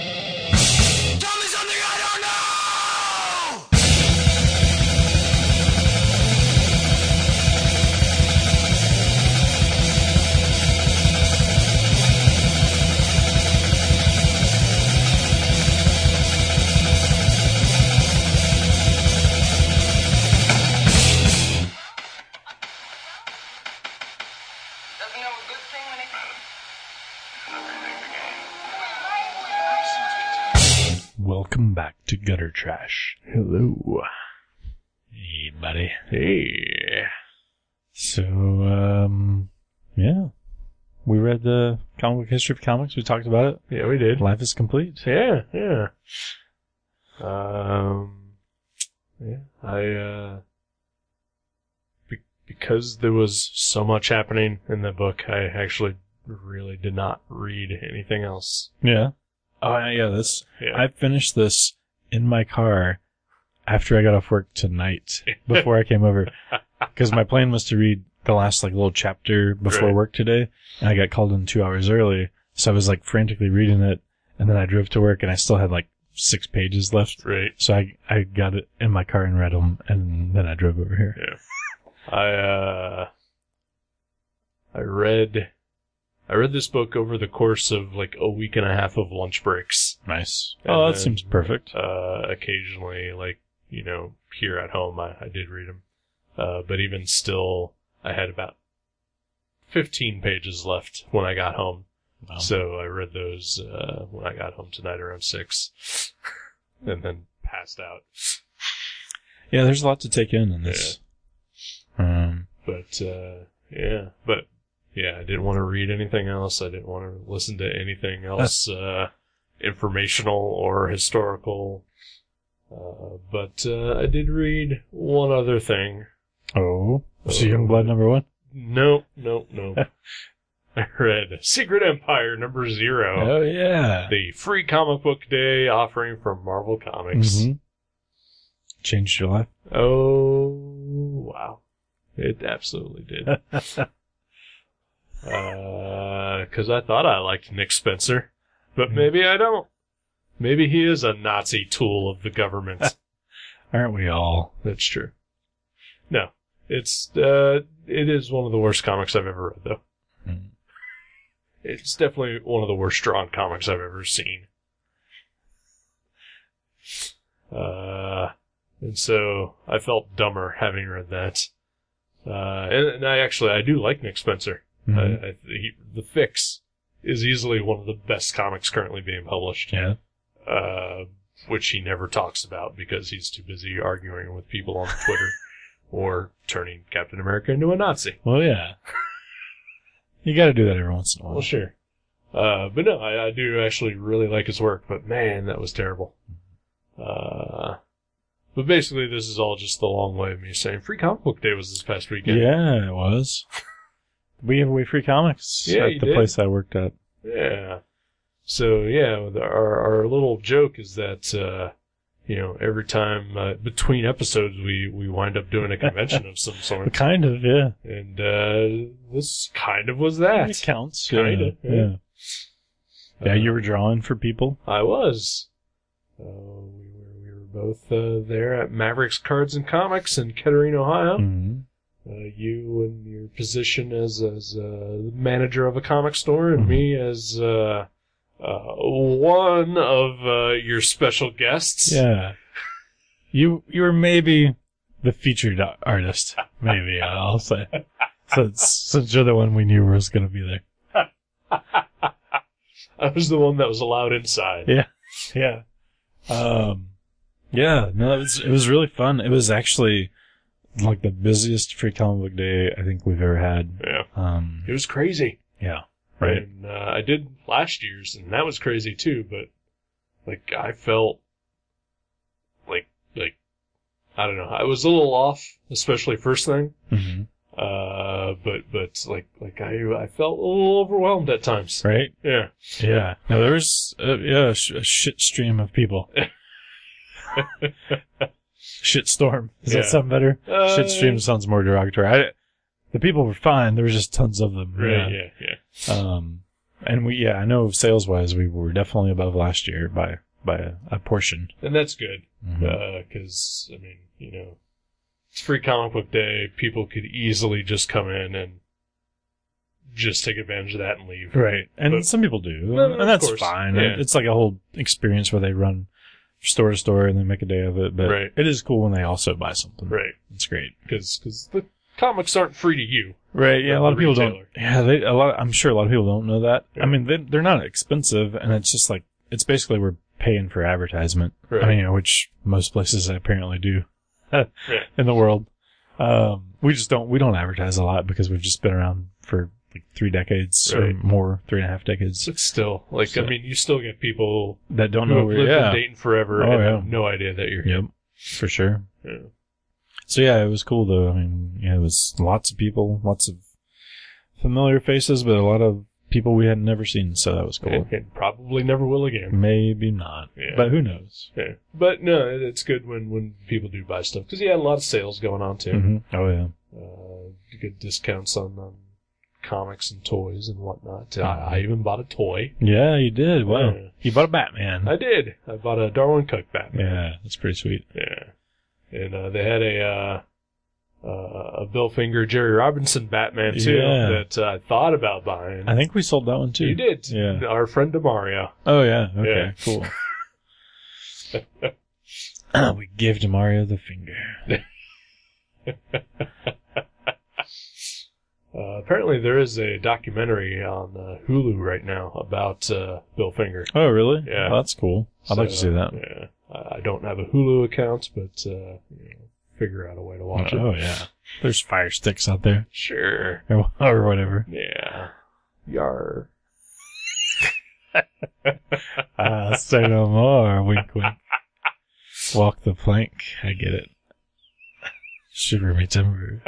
C: Tell me something I don't know!
D: Doesn't know a good thing when it
B: Welcome back to Gutter Trash.
A: Hello.
B: Hey, buddy.
A: Hey.
B: So, um, yeah. We read the comic book history of comics. We talked about it.
A: Yeah, we did.
B: Life is complete.
A: Yeah, yeah. Um, yeah, I, uh, be- because there was so much happening in that book, I actually really did not read anything else.
B: Yeah. Oh, yeah, yeah, this,
A: Yeah.
B: I finished this in my car after I got off work tonight before I came over because my plan was to read the last like little chapter before
A: Right.
B: work today, and I got called in two hours early, so I was like frantically reading it, and then I drove to work and I still had like six pages left.
A: Right.
B: So I I got it in my car and read them, and then I drove over here.
A: I uh I read I read this book over the course of like a week and a half of lunch breaks.
B: Nice.
A: And
B: oh, that
A: then,
B: seems perfect.
A: Uh occasionally like, you know, here at home I, I did read them. Uh but even still I had about 15 pages left when I got home.
B: Wow.
A: So I read those uh when I got home tonight around 6 and then passed out.
B: yeah, there's a lot to take in in this. Um,
A: But uh, yeah, but yeah, I didn't want to read anything else. I didn't want to listen to anything else uh, informational or historical. Uh, but uh, I did read one other thing.
B: oh, so Youngblood number one.
A: Nope, nope, nope. I read Secret Empire number zero,
B: Oh yeah.
A: the free comic book day offering from Marvel Comics.
B: Mhm. Changed your life.
A: Oh, wow. It absolutely did. Because Uh, I thought I liked Nick Spencer, but maybe I don't. Maybe he is a Nazi tool of the government.
B: Aren't we all?
A: That's true. No, it's uh, it is one of the worst comics I've ever read, though.
B: Hmm.
A: Mm-hmm. It's definitely one of the worst drawn comics I've ever seen. Uh, and so I felt dumber having read that. Uh, and, and I actually I do like Nick Spencer.
B: Mhm.
A: I, I, he, the Fix is easily one of the best comics currently being published
B: yeah.
A: uh, which he never talks about because he's too busy arguing with people on Twitter or turning Captain America into a Nazi.
B: Well, yeah. you got to do that every once in a while.
A: Well, sure. Uh, but no, I, I do actually really like his work, but man, that was terrible. Uh, but basically, this is all just the long way of me saying Free Comic Book Day was this past
B: Yeah,
A: weekend.
B: it was. We have away free comics
A: Yeah,
B: at
A: you
B: the
A: did.
B: place I worked at.
A: Yeah. So yeah, with our our little joke is that uh, you know every time uh, between episodes we we wind up doing a convention of some sort.
B: Kind of, yeah.
A: And uh, this kind of was that.
B: It counts.
A: Kinda,
B: yeah.
A: yeah.
B: Yeah. Yeah,
A: Uh,
B: you were drawing for people.
A: I was. Uh, we were we were both uh, there at Mavericks Cards and Comics in Kettering, Ohio.
B: Mhm.
A: Uh, you in your position as as uh, the manager of a comic store, and
B: Mhm.
A: me as uh, uh, one of uh, your special guests.
B: Yeah. You you were maybe the featured a- artist. Maybe I'll say. Since since you're the one we knew was going to be there.
A: I was the one that was allowed inside.
B: Yeah. Yeah. Um, yeah, no, it was, it was really fun. It was actually like the busiest free comic book day I think we've ever had.
A: yeah.
B: Um,
A: It was crazy.
B: yeah, right.
A: And uh, I did last year's, and that was crazy too. But like, I felt like like I don't know. I was a little off, especially first thing.
B: hmm
A: Uh, but but like like I I felt a little overwhelmed at times.
B: Right?
A: Yeah.
B: Yeah. No, there was, uh, yeah, a, sh- a shit stream of people. shit storm. Does
A: Yeah.
B: that sound better?
A: Uh,
B: shit stream sounds more derogatory. I, the people were fine. There was just tons of them.
A: Right. Uh, Yeah. Yeah.
B: Um, and we, yeah, I know sales wise, we were definitely above last year by, by a, a portion.
A: And that's good.
B: Mhm.
A: because Uh, I mean, you know, it's free comic book day. People could easily just come in and just take advantage of that and leave.
B: Right. And
A: But-
B: some people do.
A: No, no,
B: and that's
A: of course.
B: fine.
A: Yeah.
B: It's like a whole experience where they run store to store and they make a day of it. But
A: Right.
B: it is cool when they also buy something.
A: Right.
B: It's great.
A: Because because the comics aren't free to you.
B: Right.
A: yeah, But
B: Yeah. A
A: a lot
B: lot
A: the
B: of people
A: retailer.
B: don't. Yeah. They, a lot, I'm sure a lot of people don't know that.
A: Yeah.
B: I mean, they, they're not expensive and it's just like, it's basically we're paying for advertisement.
A: Right.
B: I mean, you know, which most places apparently do
A: Right.
B: in the world. Um, we just don't, we don't advertise a lot because we've just been around for like three decades or
A: Right.
B: more, three and a half decades
A: But still, like I
B: So-
A: mean, you still get people
B: that don't
A: who
B: know
A: have
B: where,
A: lived
B: yeah.
A: in Dayton forever
B: Oh,
A: and
B: yeah.
A: have no idea that you're here.
B: Yep, for sure.
A: Yeah.
B: So yeah, it was cool though. I mean, yeah, it was lots of people, lots of familiar faces, but a lot of people we had never seen, so that was cool. Mm.
A: and, and probably never will again.
B: Maybe not,
A: Yeah.
B: but who knows?
A: Yeah. But no, it- it's good when, when people do buy stuff because yeah, a lot of sales going on too.
B: Mhm. Oh yeah,
A: Uh, you get discounts on, on comics and toys and whatnot. I, I even bought a toy.
B: yeah, you did. Wow,
A: Yeah.
B: you bought a Batman.
A: I did. I bought a Darwin Cook Batman.
B: yeah, that's pretty sweet.
A: Yeah. And uh, they had a uh, uh, a Bill Finger Jerry Robinson Batman too
B: Yeah.
A: that uh, I thought about buying.
B: I think we sold that one too.
A: you did.
B: Yeah.
A: Our friend Demario.
B: Oh yeah. Okay.
A: Yeah.
B: Cool. Ah, we give to Mario the finger.
A: Uh, apparently, there is a documentary on uh, Hulu right now about uh, Bill Finger.
B: Oh really?
A: Yeah.
B: Well, that's cool. I'd like to
A: So,
B: see that.
A: Yeah, I I don't have a Hulu account, but uh, you know, figure out a way to watch
B: Oh
A: it.
B: yeah. There's fire sticks out there
A: Sure.
B: or, or whatever.
A: Yeah. Yar.
B: Ah, say no more. Wink, wink. Walk the plank. I get it. Shiver me timber.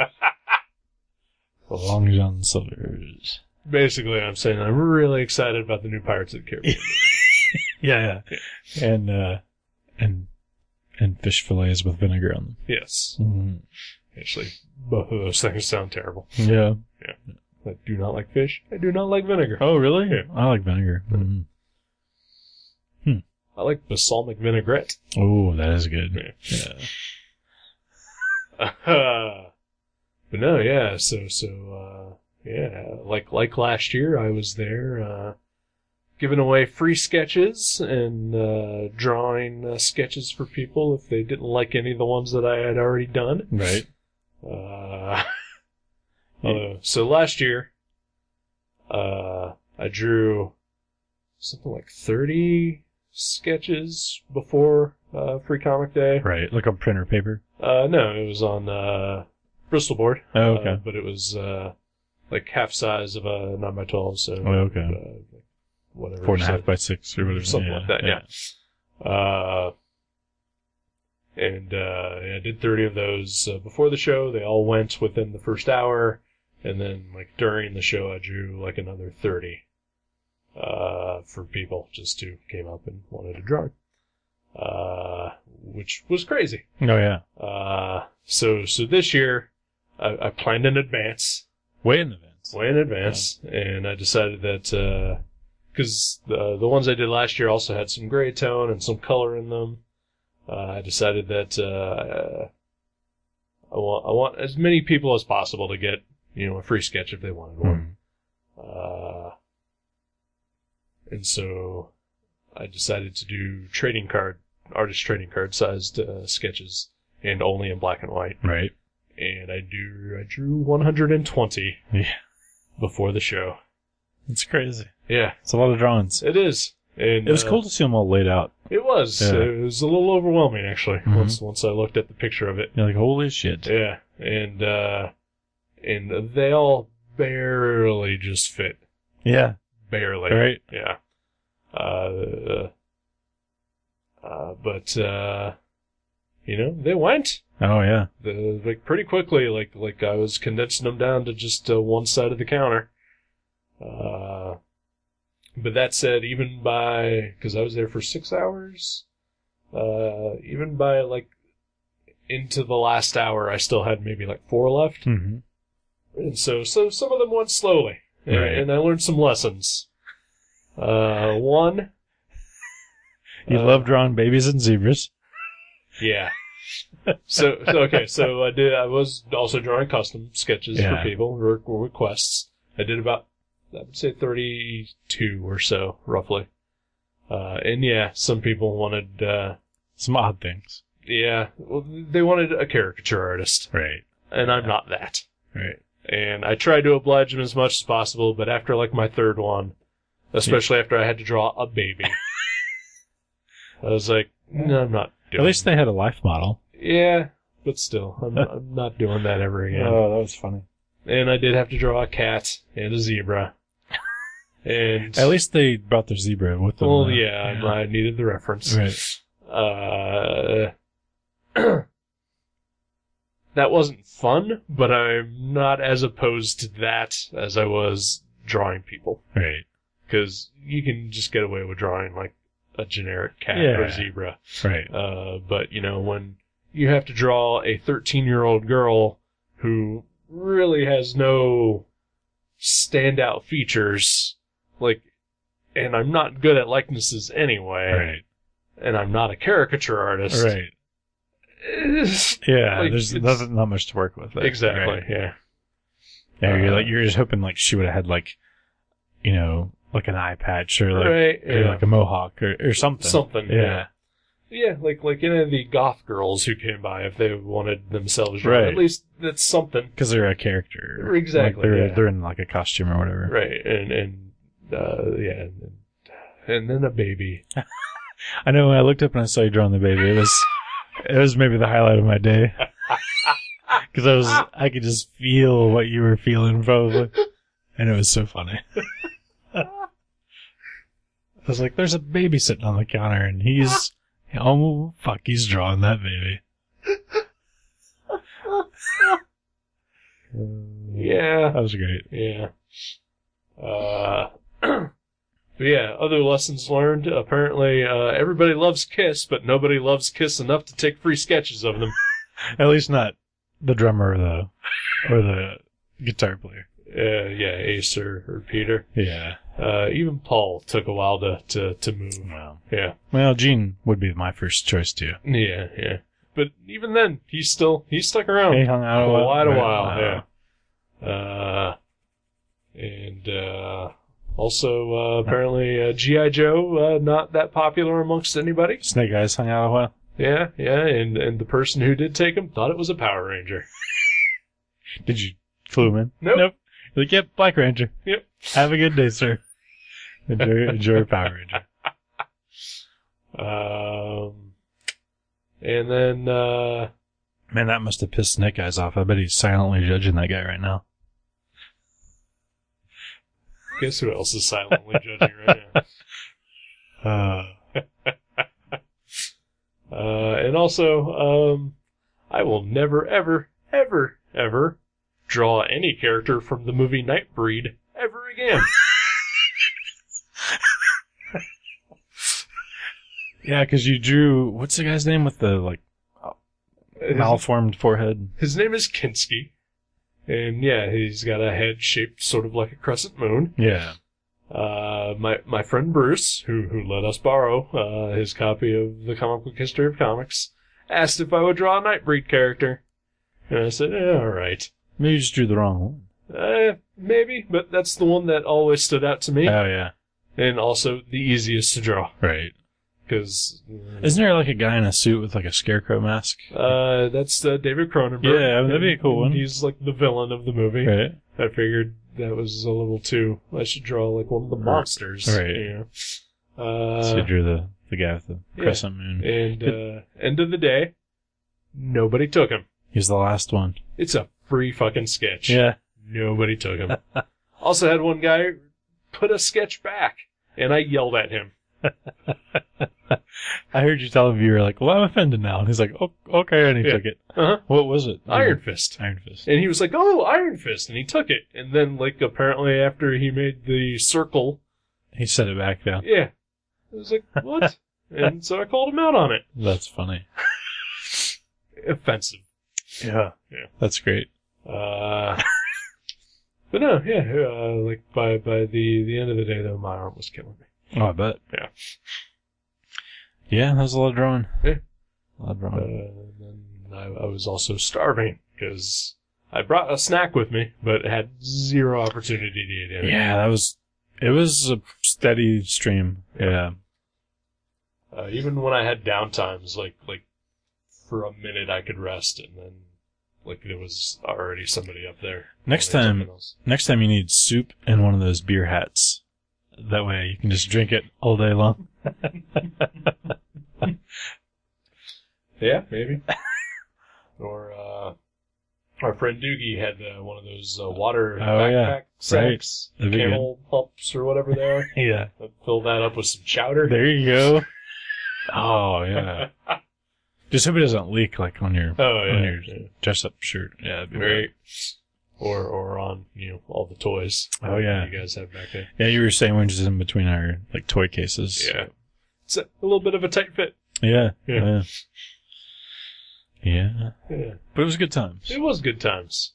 B: Long John Silver's.
A: Basically, I'm saying I'm really excited about the new Pirates of the Caribbean.
B: Yeah, yeah. And, uh, and, and fish fillets with vinegar on
A: yes.
B: them. Mm-hmm.
A: Actually, both of those things sound terrible.
B: Yeah.
A: I do not like fish. I do not like vinegar.
B: Oh, really?
A: Yeah.
B: I like vinegar. Mm.
A: I like balsamic vinaigrette.
B: Oh, that is good.
A: Yeah.
B: Yeah.
A: Uh, but no, yeah. So, so, uh, yeah. Like, like last year, I was there, uh, giving away free sketches and, uh, drawing uh, sketches for people if they didn't like any of the ones that I had already done.
B: Right.
A: Uh, although- so last year, uh, I drew something like 30 sketches before, uh, Free Comic Day.
B: Right. Like on printer paper.
A: Uh, no, it was on uh, Bristol board.
B: Oh,
A: Uh,
B: okay.
A: but it was uh, like half size of a nine by twelve, so
B: Oh, okay.
A: uh, whatever.
B: Four and a
A: so-
B: half by six or whatever.
A: Something like that, yeah. Uh, and uh, yeah, I did thirty of those uh, before the show. They all went within the first hour, and then like during the show, I drew like another thirty uh, for people just who came up and wanted to draw, uh, which was crazy.
B: Oh, yeah.
A: Uh, so so this year, I, I planned in advance,
B: Way in advance.
A: way in advance, and I decided that because the the ones I did last year also had some gray tone and some color in them. Uh, I decided that uh, I want I want as many people as possible to get you know a free sketch if they wanted one.
B: Mm.
A: Uh, and so I decided to do trading card, artist trading card sized uh, sketches and only in black and white.
B: Right.
A: And I do, I drew 120
B: Yeah.
A: before the show.
B: It's crazy.
A: Yeah,
B: It's a lot of drawings.
A: it is. And
B: It was
A: uh,
B: cool to see them all laid out.
A: It was.
B: Yeah.
A: It was a little overwhelming actually
B: Mhm.
A: once once I looked at the picture of it.
B: You're like, holy shit.
A: Yeah, and uh, and they all barely just fit.
B: Yeah.
A: Barely.
B: Right.
A: Yeah. Uh, uh, but uh, you know, they went
B: Oh yeah.
A: the, like pretty quickly. Like like I was condensing them down to just uh, one side of the counter. Uh, but that said, even by because I was there for six hours, uh, even by like into the last hour, I still had maybe like four left,
B: Mm-hmm.
A: and so so some of them went slowly, and,
B: Right.
A: and I learned some lessons. Uh, one,
B: You
A: Uh,
B: love drawing babies and zebras.
A: Yeah. so, so okay, so I did. I was also drawing custom sketches
B: Yeah.
A: for people re- requests. I did about I would say thirty-two or so, roughly. Uh, and yeah, some people wanted. Uh,
B: Some odd things.
A: yeah, well, they wanted a caricature artist,
B: Right.
A: and I'm not that.
B: Right.
A: And I tried to oblige them as much as possible, but after like my third one, especially after I had to draw a baby, I was like, no, I'm not. Doing
B: At least they had a life model.
A: yeah, but still, I'm, I'm not doing that ever again.
B: Oh, that was funny.
A: and I did have to draw a cat and a zebra. And
B: At least they brought their zebra with them. uh,
A: well,
B: though.
A: yeah, I needed the reference.
B: Right.
A: Uh, that wasn't fun, but I'm not as opposed to that as I was drawing people
B: Right.
A: because you can just get away with drawing like a generic cat or
B: Yeah.
A: zebra.
B: Right.
A: Uh, but you know, when you have to draw a 13 year old girl who really has no standout features, like, and I'm not good at likenesses anyway,
B: Right.
A: and I'm not a caricature artist.
B: Right.
A: It's-
B: Yeah.
A: Like,
B: there's
A: it's-
B: nothing, not much to work with. there.
A: Exactly.
B: Right.
A: Yeah.
B: Yeah, you're
A: Uh,
B: like you're just hoping like she would have had like, you know, like an eye patch or like
A: right.
B: or,
A: Yeah.
B: like a mohawk or, or something.
A: Something.
B: Yeah.
A: Yeah, like like any of the goth girls who came by, if they wanted themselves drawn,
B: Right.
A: at least that's something,
B: Because they're a character. Like,
A: Exactly,
B: they're
A: yeah.
B: they're in like a costume or whatever.
A: right? And and uh, yeah, and, and then a baby.
B: I know when I looked up and I saw you drawing the baby, it was it was maybe the highlight of my day. Because I was I could just feel what you were feeling probably, and it was so funny. I was like, "There's a baby sitting on the counter, and he's oh fuck, he's drawing that baby."
A: Yeah,
B: That was great.
A: yeah. Uh, but yeah, other lessons learned. Apparently, uh, everybody loves Kiss, but nobody loves Kiss enough to take free sketches of them.
B: At least not the drummer though, or the guitar player.
A: Uh, yeah, Ace or, or Peter.
B: Yeah.
A: Uh, even Paul took a while to to, to move.
B: Well,
A: Yeah.
B: well, Gene would be my first choice too.
A: Yeah, yeah. But even then, he still he stuck around
B: He hung out a while.
A: Oh, quite a
B: Right.
A: while.
B: Wow.
A: Yeah. Uh, and uh, also uh, apparently uh, GI Joe uh, not that popular amongst anybody.
B: Snake Eyes hung out a while.
A: Yeah, yeah. And and the person who did take him thought it was a Power Ranger.
B: Did you clue him in?
A: Nope.
B: You're like, yep, Black Ranger.
A: Yep.
B: Have a good day, sir. Enjoy, enjoy your Power Ranger.
A: Um, and then uh,
B: Man, that must have pissed Snake Eyes off. I bet he's silently judging that guy right now.
A: guess who else is silently judging right now?
B: Uh,
A: Uh, and also, um, I will never, ever, ever, ever draw any character from the movie Nightbreed ever again.
B: yeah, because you drew what's the guy's name with the like malformed forehead?
A: His, his name is Kinski. And yeah, he's got a head shaped sort of like a crescent moon.
B: Yeah.
A: Uh, my, my friend Bruce, who, who let us borrow, uh, his copy of The Comic Book History of Comics, asked if I would draw a Nightbreed character. And I said, eh, alright.
B: Maybe you just drew the wrong one.
A: Uh, maybe, but that's the one that always stood out to me.
B: Oh yeah.
A: and also the easiest to draw
B: Right.
A: because
B: Isn't there like a guy in a suit with like a scarecrow mask?
A: uh, that's uh, David Cronenberg.
B: Yeah, that'd be a cool one.
A: He's like the villain of the movie.
B: Right.
A: I figured that was a little too. I should draw like one of the monsters.
B: Right.
A: You know? uh,
B: so you drew the, the guy with the
A: yeah.
B: crescent moon.
A: and uh, end of the day, nobody took him.
B: He's the last one.
A: It's a free fucking sketch.
B: Yeah.
A: Nobody took him. also had one guy put a sketch back, and I yelled at him.
B: I heard you tell him you were like, well, I'm offended now. And he's like, oh, okay. And he
A: Yeah.
B: took it.
A: Uh-huh.
B: What was it?
A: Iron Fist.
B: Iron Fist.
A: And he was like, "Oh, Iron Fist," and he took it. And then, like, apparently after he made the circle,
B: He set it back down.
A: yeah, I was like, "What?" and so I called him out on it.
B: That's funny.
A: Offensive.
B: Yeah.
A: Yeah.
B: That's great.
A: Uh, but no, yeah, uh, like by by the the end of the day, though, my arm was killing me.
B: Oh, I bet.
A: Yeah.
B: Yeah, that was a lot of drawing.
A: Yeah.
B: A lot of
A: Uh,
B: drawing.
A: and then I, I was also starving because I brought a snack with me, but had zero opportunity to eat any.
B: yeah, that was, it was a steady stream. Yeah.
A: Uh, even when I had downtimes, like like for a minute I could rest, and then like there was already somebody up there.
B: Next
A: wanting
B: time-
A: something else.
B: Next time you need soup and one of those beer hats. That way you can just drink it all day long.
A: yeah, maybe. or uh, our friend Doogie had uh, one of those uh, water
B: Oh,
A: backpack
B: yeah.
A: sacks,
B: That'd be
A: camel pumps or whatever they are.
B: Yeah.
A: I'd fill that up with some chowder.
B: There you go. Oh, yeah. Just hope it doesn't leak like on your
A: oh yeah,
B: on your dress up shirt. Yeah, that'd be
A: great. or or on you know all the toys.
B: Oh, yeah.
A: you guys have back there.
B: Yeah, you were sandwiches in between our like toy cases.
A: Yeah, it's a, a little bit of a tight fit.
B: Yeah. Yeah.
A: Yeah.
B: Yeah.
A: Yeah,
B: But it was good times.
A: it was good times.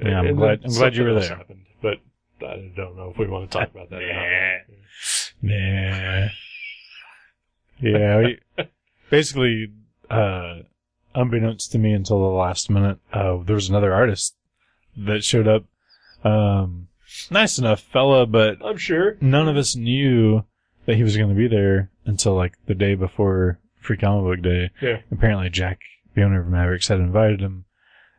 B: Yeah, I'm
A: And
B: glad-
A: then
B: I'm glad you were
A: something else
B: there.
A: Happened, but I don't know if we want to talk about that. or not.
B: Nah. Nah. Yeah. we- basically, uh, unbeknownst to me until the last minute, uh, there was another artist that showed up. Um, nice enough fella, but
A: I'm sure.
B: none of us knew that he was going to be there until like the day before Free Comic Book Day.
A: Yeah.
B: Apparently, Jack, the owner of Mavericks, had invited him,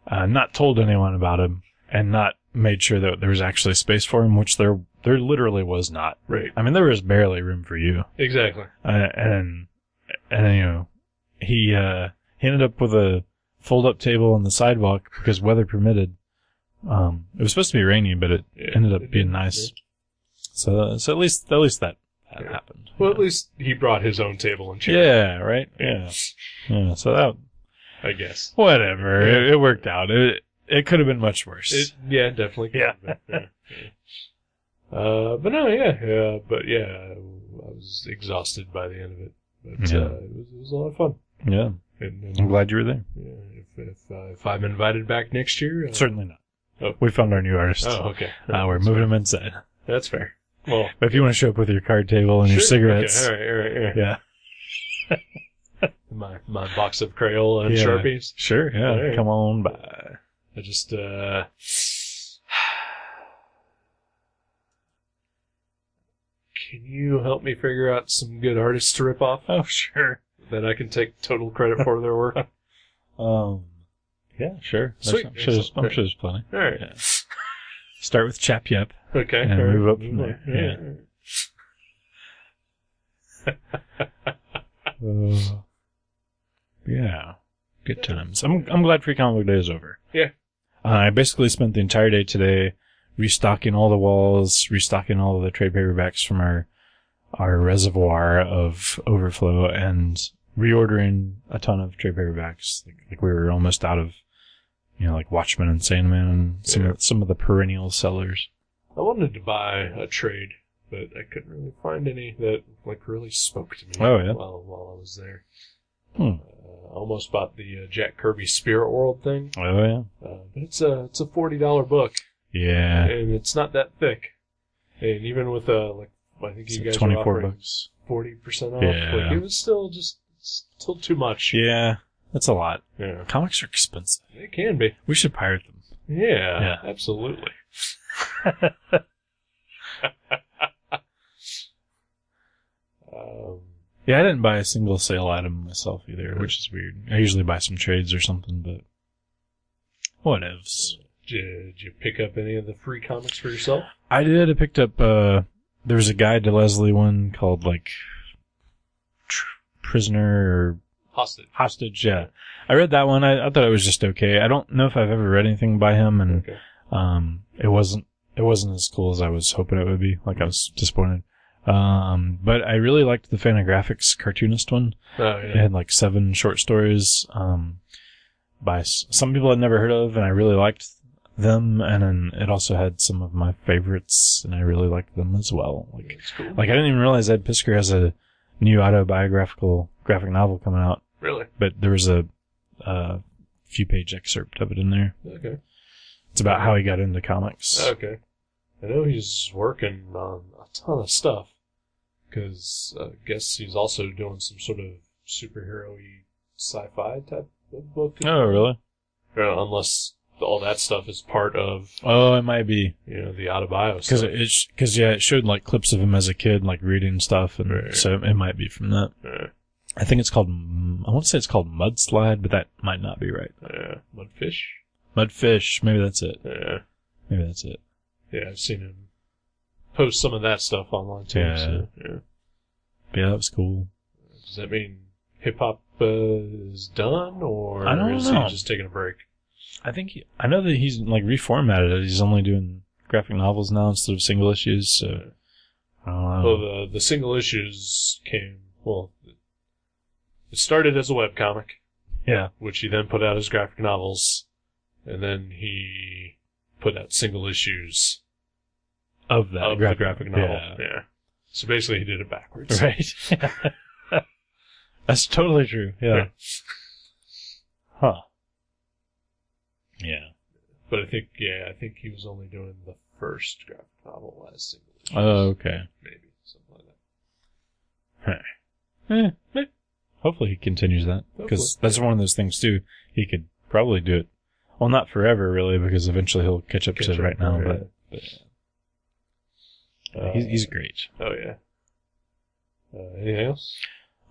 B: uh, not told anyone about him, and not made sure that there was actually space for him, which there there literally was not.
A: Right.
B: I mean, there was barely room for you,
A: Exactly.
B: uh, and and you know, he uh, he ended up with a fold up table on the sidewalk because weather permitted. Um, it was supposed to be rainy, but it
A: Yeah,
B: ended up
A: it
B: being
A: did,
B: nice.
A: yeah.
B: So, so at least at least that, that
A: Yeah.
B: happened.
A: Well, at least he brought his own table and chair.
B: yeah, right. Yeah, yeah. So that
A: I guess.
B: whatever. It, it worked out. It it could have been much worse.
A: It, yeah, definitely. could
B: Yeah.
A: have been, yeah. Uh, but no, yeah, yeah, but yeah, I was exhausted by the end of it, but
B: Yeah.
A: uh, it, was, it was a lot of fun.
B: yeah,
A: And,
B: I'm
A: and
B: glad you were there.
A: yeah, if if, uh, if I'm invited back next year, uh,
B: Certainly not.
A: Oh.
B: We found our new artist.
A: Oh, okay.
B: Uh, we're moving him inside.
A: That's fair. Well,
B: But if you want to show up with your card table and your
A: sure,
B: cigarettes,
A: Okay, all right, all right, all right.
B: yeah,
A: My my box of Crayola and
B: Yeah.
A: Sharpies.
B: sure, yeah,
A: All right.
B: come on by.
A: I just uh Can you help me figure out some good artists to rip off
B: Oh, sure.
A: that I can take total credit for their work? All
B: Um, yeah, sure. There's-
A: Sweet.
B: I'm sure, there's, I'm sure there's plenty.
A: right.
B: Yeah. Start with Chap Yep.
A: Okay.
B: And
A: all right,
B: move up from
A: on.
B: there, yeah.
A: all right.
B: Uh, yeah, good times. I'm I'm glad Free Comic Book Day is over.
A: Yeah.
B: Uh, I basically spent the entire day today restocking all the walls, restocking all of the trade paperbacks from our our reservoir of overflow, and reordering a ton of trade paperbacks. Like, like we were almost out of, you know, like Watchmen and Sandman, and some
A: Yeah.
B: of, some of the perennial sellers.
A: I wanted to buy a trade, but I couldn't really find any that like really spoke to me
B: Oh, yeah.
A: while while I was there.
B: Hmm.
A: Uh, I almost bought the uh, Jack Kirby Spirit World thing,
B: Oh
A: uh, but it's a it's a forty dollar book.
B: yeah. Yeah.
A: and it's not that thick. And even with uh, like I think
B: It's
A: you
B: like
A: guys
B: Twenty
A: were
B: four
A: offering
B: bucks.
A: forty percent off.
B: Yeah.
A: Like it was still just still too much.
B: Yeah, that's a lot.
A: Yeah.
B: Comics are expensive.
A: It can be.
B: We should pirate them.
A: Yeah, absolutely. um,
B: Yeah, I didn't buy a single sale item myself either, which is weird. I usually buy some trades or something, but whatevs.
A: did, you- did you pick up any of the free comics for yourself?
B: I did. I picked up. uh There was a guide to Leslie one called like Tr- Prisoner or
A: Hostage.
B: Hostage. Yeah, I read that one. I, I thought it was just okay. I don't know if I've ever read anything by him, and
A: Okay.
B: um, it wasn't it wasn't as cool as I was hoping it would be. Like I was disappointed. Um, but I really liked the Fantagraphics cartoonist one.
A: Oh,
B: It
A: yeah.
B: had like seven short stories um, by s- some people I'd never heard of, and I really liked them. And then it also had some of my favorites, and I really liked them as well. Like,
A: It's cool.
B: like I didn't even realize Ed Pisker has a new autobiographical graphic novel coming out,
A: really?
B: but there was a, a few page excerpt of it in there.
A: Okay.
B: It's about how he got into comics.
A: Okay. I know he's working on a ton of stuff. Because I guess he's also doing some sort of superhero y sci fi type of book.
B: Oh, really?
A: Uh, unless all that stuff is part of,
B: Oh, it might be
A: you know, the autobio
B: because
A: stuff.
B: it because yeah, it showed like clips of him as a kid, like reading stuff, and
A: Right.
B: so it might be from that.
A: Yeah,
B: I think it's called, mm, I want to say it's called Mudslide, but that might not be right.
A: yeah. uh, Mudfish?
B: Mudfish, maybe that's it.
A: Yeah.
B: Maybe that's it.
A: Yeah, I've seen him post some of that stuff online too.
B: Yeah.
A: so, yeah.
B: But yeah, that was cool.
A: Does that mean hip hop uh, is done, or
B: I don't
A: is
B: know.
A: he just taking a break?
B: I think, he, I know that he's like reformatted it. He's only doing graphic novels now instead of single issues, so I don't know.
A: Well, the the single issues came. Well, it started as a webcomic,
B: yeah.
A: which he then put out as graphic novels, and then he put out single issues
B: of that
A: of
B: graphic,
A: the graphic novel.
B: yeah.
A: So basically, he did it backwards.
B: Right. That's totally true. Yeah.
A: Yeah.
B: Huh. Yeah.
A: But I think, yeah, I think he was only doing the first graphic novel as single issues.
B: Oh, okay.
A: Maybe something like that.
B: Eh, eh. Hopefully he continues that because
A: Hopefully.
B: that's one of those things too. He could probably do it. Well, not forever really, because eventually he'll catch up
A: Catch
B: to
A: up,
B: right now.
A: yeah.
B: But, but
A: Uh,
B: he's, he's great.
A: oh yeah. Uh, anything else?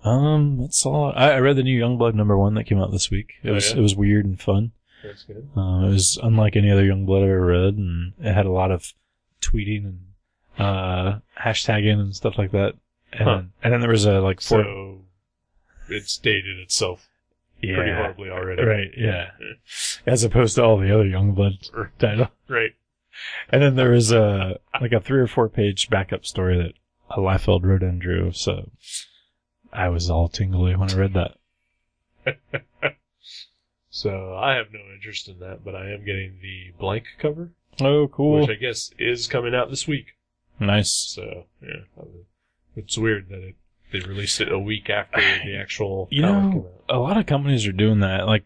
B: Um, that's all. I, I read the new Youngblood number one that came out this week. It
A: Oh,
B: was
A: yeah?
B: it was weird and fun.
A: That's good.
B: Um, it was unlike any other Youngblood I've ever read, and it had a lot of tweeting and uh, hashtagging and stuff like that. And,
A: Huh.
B: and then there was a like four.
A: So it's dated itself pretty
B: yeah,
A: horribly already.
B: right, yeah, as opposed to all the other Youngblood title.
A: Right.
B: And then there was a like a three or four page backup story that uh, Liefeld wrote and drew. So I was all tingly when I read that.
A: So I have no interest in that, but I am getting the blank cover,
B: Oh, cool!
A: which I guess is coming out this week.
B: nice.
A: So yeah, I would- it's weird that it they released it a week after the actual
B: You
A: comic
B: know, a lot of companies are doing that. Like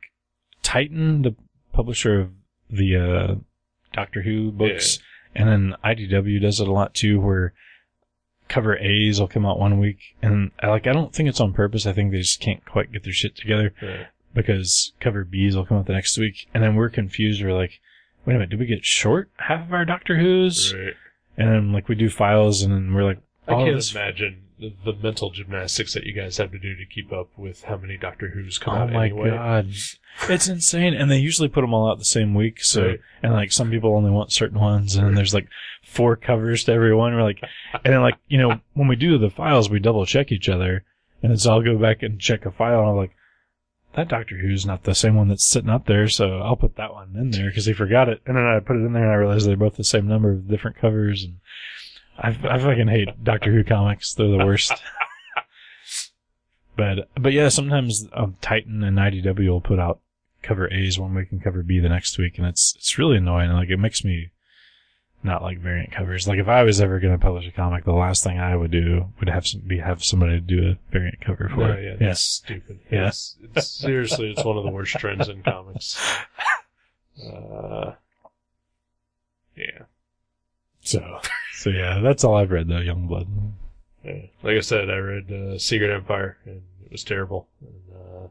B: Titan, the publisher of the uh, Doctor Who books, and then IDW does it a lot too, where cover A's will come out one week, and I, like I don't think it's on purpose. I think they just can't quite get their shit together.
A: came out. Yeah.
B: because cover B's will come out the next week, and then we're confused. We're like, wait a minute, did we get short half of our Doctor Who's?
A: Right.
B: And then like we do files, and then we're like,
A: I
B: all
A: can't
B: this-
A: imagine the, the mental gymnastics that you guys have to do to keep up with how many Doctor Who's come
B: Oh
A: out
B: my
A: anyway.
B: god, it's insane. And they usually put them all out the same week, so
A: Right.
B: and like some people only want certain ones, and then there's like four covers to every one. We're like, and then like you know when we do the files, we double check each other, and it's I'll go back and check a file, and I'm like. That Doctor Who's not the same one that's sitting up there, so I'll put that one in there because he forgot it. And then I put it in there, and I realized they're both the same number with different covers. And I, I fucking hate Doctor Who comics; they're the worst. But but yeah, sometimes um, Titan and IDW will put out cover A's one week and cover B the next week, and it's it's really annoying. Like it makes me not like variant covers. Like if I was ever going to publish a comic, the last thing I would do would have some, be have somebody do a variant cover for
A: No,
B: it.
A: Oh, yeah, that's
B: Yeah.
A: stupid.
B: Yeah.
A: It's, it's, seriously, it's one of the worst trends in comics. Uh, yeah.
B: So so yeah, that's all I've read though. Youngblood.
A: Yeah. Like I said, I read uh, Secret Empire and it was terrible. And, uh,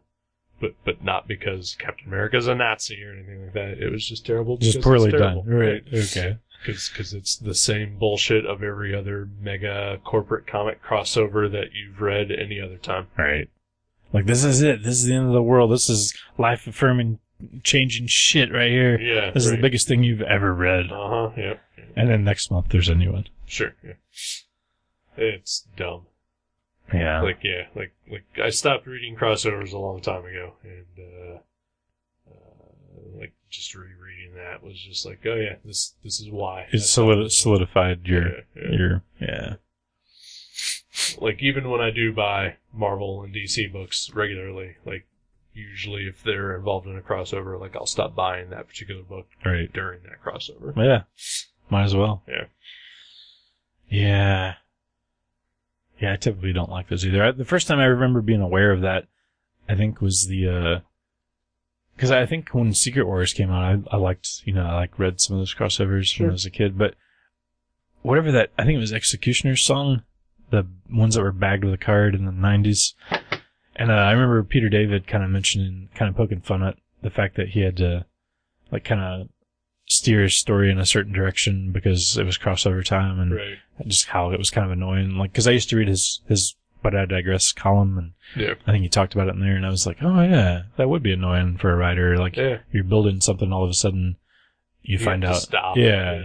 A: but but not because Captain America's a Nazi or anything like that. It was just terrible.
B: Just
A: because
B: poorly
A: it's terrible.
B: done. Right. Okay.
A: Because it's the same bullshit of every other mega corporate comic crossover that you've read any other time.
B: Right. Like this is it. This is the end of the world. This is life affirming, changing shit right here.
A: Yeah.
B: This is the biggest thing you've ever read.
A: Uh huh. Yep.
B: And then next month there's a new one.
A: Sure. Yeah. It's dumb.
B: Yeah.
A: Like yeah, like like I stopped reading crossovers a long time ago, and uh, uh, like just rereading that was just like, oh yeah, this this is why
B: it solid, solidified your
A: Yeah, yeah.
B: your yeah.
A: like even when I do buy Marvel and DC books regularly, like usually if they're involved in a crossover, like I'll stop buying that particular book
B: Right.
A: during that crossover.
B: Yeah. Might as well.
A: Yeah.
B: Yeah. Yeah, I typically don't like those either. I, the first time I remember being aware of that, I think was the uh because I think when Secret Wars came out, I, I liked you know I like read some of those crossovers when I was a kid, but whatever that I think it was Executioner's song, the ones that were bagged with a card in the '90s, and uh, I remember Peter David kind of mentioning, kind of poking fun at the fact that he had to like kind of steer his story in a certain direction because it was crossover time and
A: Right.
B: just how it was kind of annoying. Like, cause I used to read his, his, but I digress column and
A: Yeah.
B: I think he talked about it in there and I was like, oh yeah, that would be annoying for a writer. Like
A: Yeah.
B: you're building something all of a sudden you,
A: have
B: find
A: to
B: out.
A: Stop.
B: Yeah.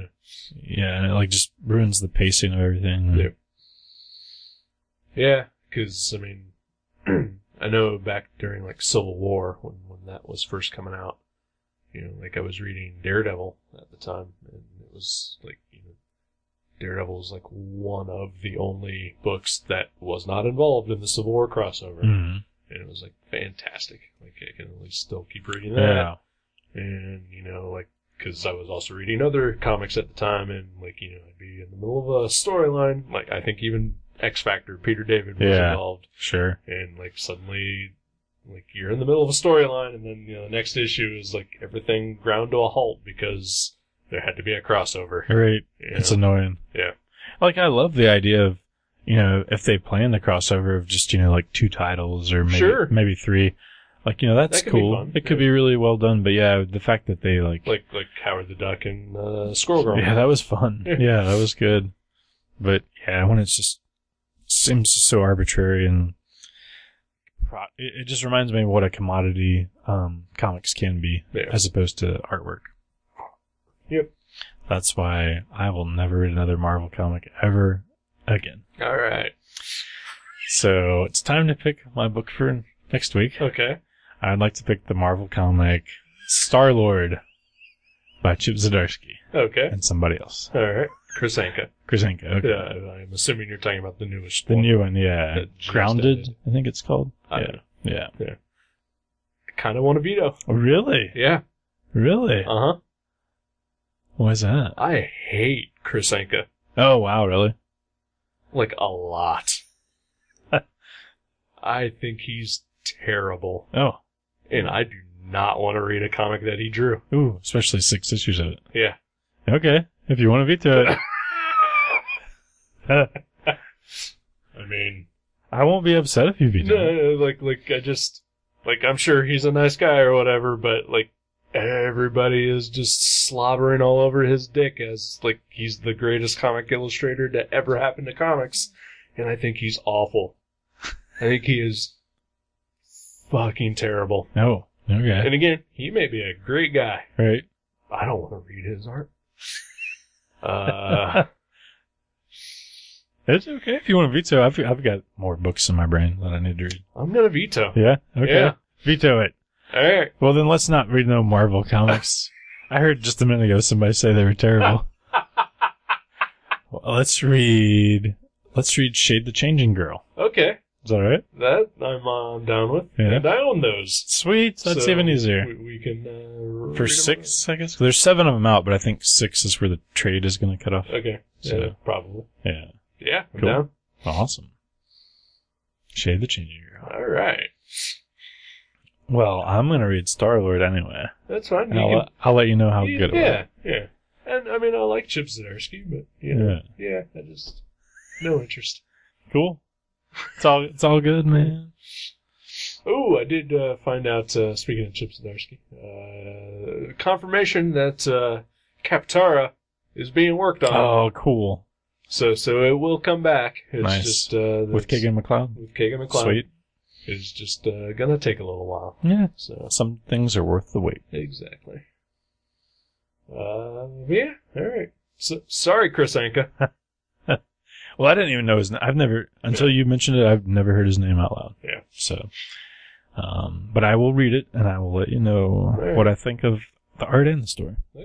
B: Yeah. And it like just ruins the pacing of everything.
A: Yep. Yeah, because I mean, I know back during like Civil War when when that was first coming out, you know, like I was reading Daredevil at the time, and it was like you know, Daredevil was like one of the only books that was not involved in the Civil War crossover,
B: Mhm.
A: and it was like fantastic. Like I can at least still keep reading that,
B: Yeah.
A: and you know, like because I was also reading other comics at the time, and like you know, I'd be in the middle of a storyline. Like I think even X Factor, Peter David was
B: Yeah.
A: involved,
B: Sure.
A: and like suddenly, like you're in the middle of a storyline, and then you know, the next issue is like everything ground to a halt because there had to be a crossover.
B: Right.
A: you
B: It's
A: know?
B: annoying.
A: Yeah.
B: Like I love the idea of you know if they plan the crossover of just you know like two titles or maybe
A: Sure.
B: maybe three. Like you know that's
A: That could be
B: cool.
A: fun,
B: It could
A: yeah.
B: be really well done. But yeah, the fact that they like
A: like like Howard the Duck and uh, Squirrel Girl.
B: yeah that was fun.
A: Yeah.
B: yeah, that was good. But yeah, when it's just seems so arbitrary and pro- it, it just reminds me of what a commodity um, comics can be
A: Yeah.
B: as opposed to artwork.
A: Yep.
B: That's why I will never read another Marvel comic ever again.
A: All right.
B: So it's time to pick my book for next week.
A: Okay.
B: I'd like to pick the Marvel comic Star Lord by Chip Zdarsky
A: Okay.
B: and somebody else.
A: All right. Chris Anka.
B: Krasenko. Okay.
A: Yeah, I'm assuming you're talking about the newest
B: The
A: one.
B: new one, yeah.
A: That just
B: Grounded,
A: ended.
B: I think it's called.
A: I
B: yeah.
A: don't know.
B: Yeah.
A: I kind of want a veto.
B: Oh, really?
A: Yeah.
B: Really?
A: Uh huh.
B: Why's that?
A: I hate Chris Anka.
B: Oh, wow, really?
A: Like, a lot. I think he's terrible.
B: Oh.
A: And I do not want to read a comic that he drew.
B: Ooh, especially six issues of it.
A: Yeah.
B: Okay. If you want to veto it,
A: I mean,
B: I won't be upset if you veto it.
A: no, like, like, I just, like, I'm sure he's a nice guy or whatever, but, like, everybody is just slobbering all over his dick as, like, he's the greatest comic illustrator to ever happen to comics. And I think he's awful. I think he is fucking terrible.
B: No. Oh, Okay.
A: And again, he may be a great guy.
B: Right.
A: I don't want to read his art. Uh,
B: It's okay if you want to veto. I've I've got more books in my brain that I need to read.
A: I'm gonna veto.
B: Yeah. Okay.
A: Yeah.
B: Veto it.
A: All right.
B: Well, then let's not read no Marvel comics. I heard just a minute ago somebody say they were terrible. well, let's read. Let's read Shade the Changing Girl.
A: Okay.
B: Is that all right?
A: That I'm uh, down with.
B: Yeah.
A: And I own those.
B: Sweet. That's
A: So
B: even easier.
A: We, we can uh, read
B: For
A: 'em.
B: six, I guess there's seven of them out, but I think six is where the trade is going to cut off.
A: Okay.
B: So-
A: yeah, probably.
B: Yeah.
A: Yeah. I'm
B: Cool.
A: down.
B: Awesome. Shade the Changing Girl.
A: All right.
B: Well, I'm going to read Star Lord anyway.
A: That's fine.
B: And
A: You
B: I'll, I'll let you know uh, how
A: can-
B: good it was.
A: yeah. Yeah. And I mean, I like Chip Zdarsky, but you know, yeah, I just no interest.
B: Cool. It's all it's all good, man.
A: Oh, I did uh, find out. Uh, speaking of Chip Zdarsky, uh, confirmation that uh, Captara is being worked on.
B: Oh, cool.
A: So, so it will come back. It's
B: Nice.
A: just uh,
B: With
A: it's-
B: Keegan McLeod.
A: With Kagan McCloud.
B: Sweet.
A: It's just uh, gonna take a little while.
B: Yeah.
A: So
B: Some things are worth the wait.
A: exactly. Uh, yeah. All right. So, sorry, Chris Anka.
B: Well, I didn't even know his name. I've never until you mentioned it. I've never heard his name out loud.
A: Yeah.
B: So, um, but I will read it and I will let you know
A: Right.
B: what I think of the art and the story.
A: Uh,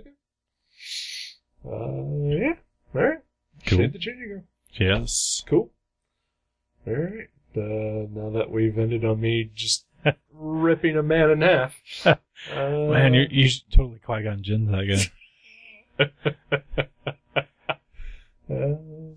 A: yeah. All right.
B: Cool.
A: Shade the Junior Girl.
B: Yes.
A: Cool. All right. Uh, now that we've ended on me just ripping a man in half. Uh,
B: Man, you're, you totally Qui Gon Jinn that guy.
A: Uh,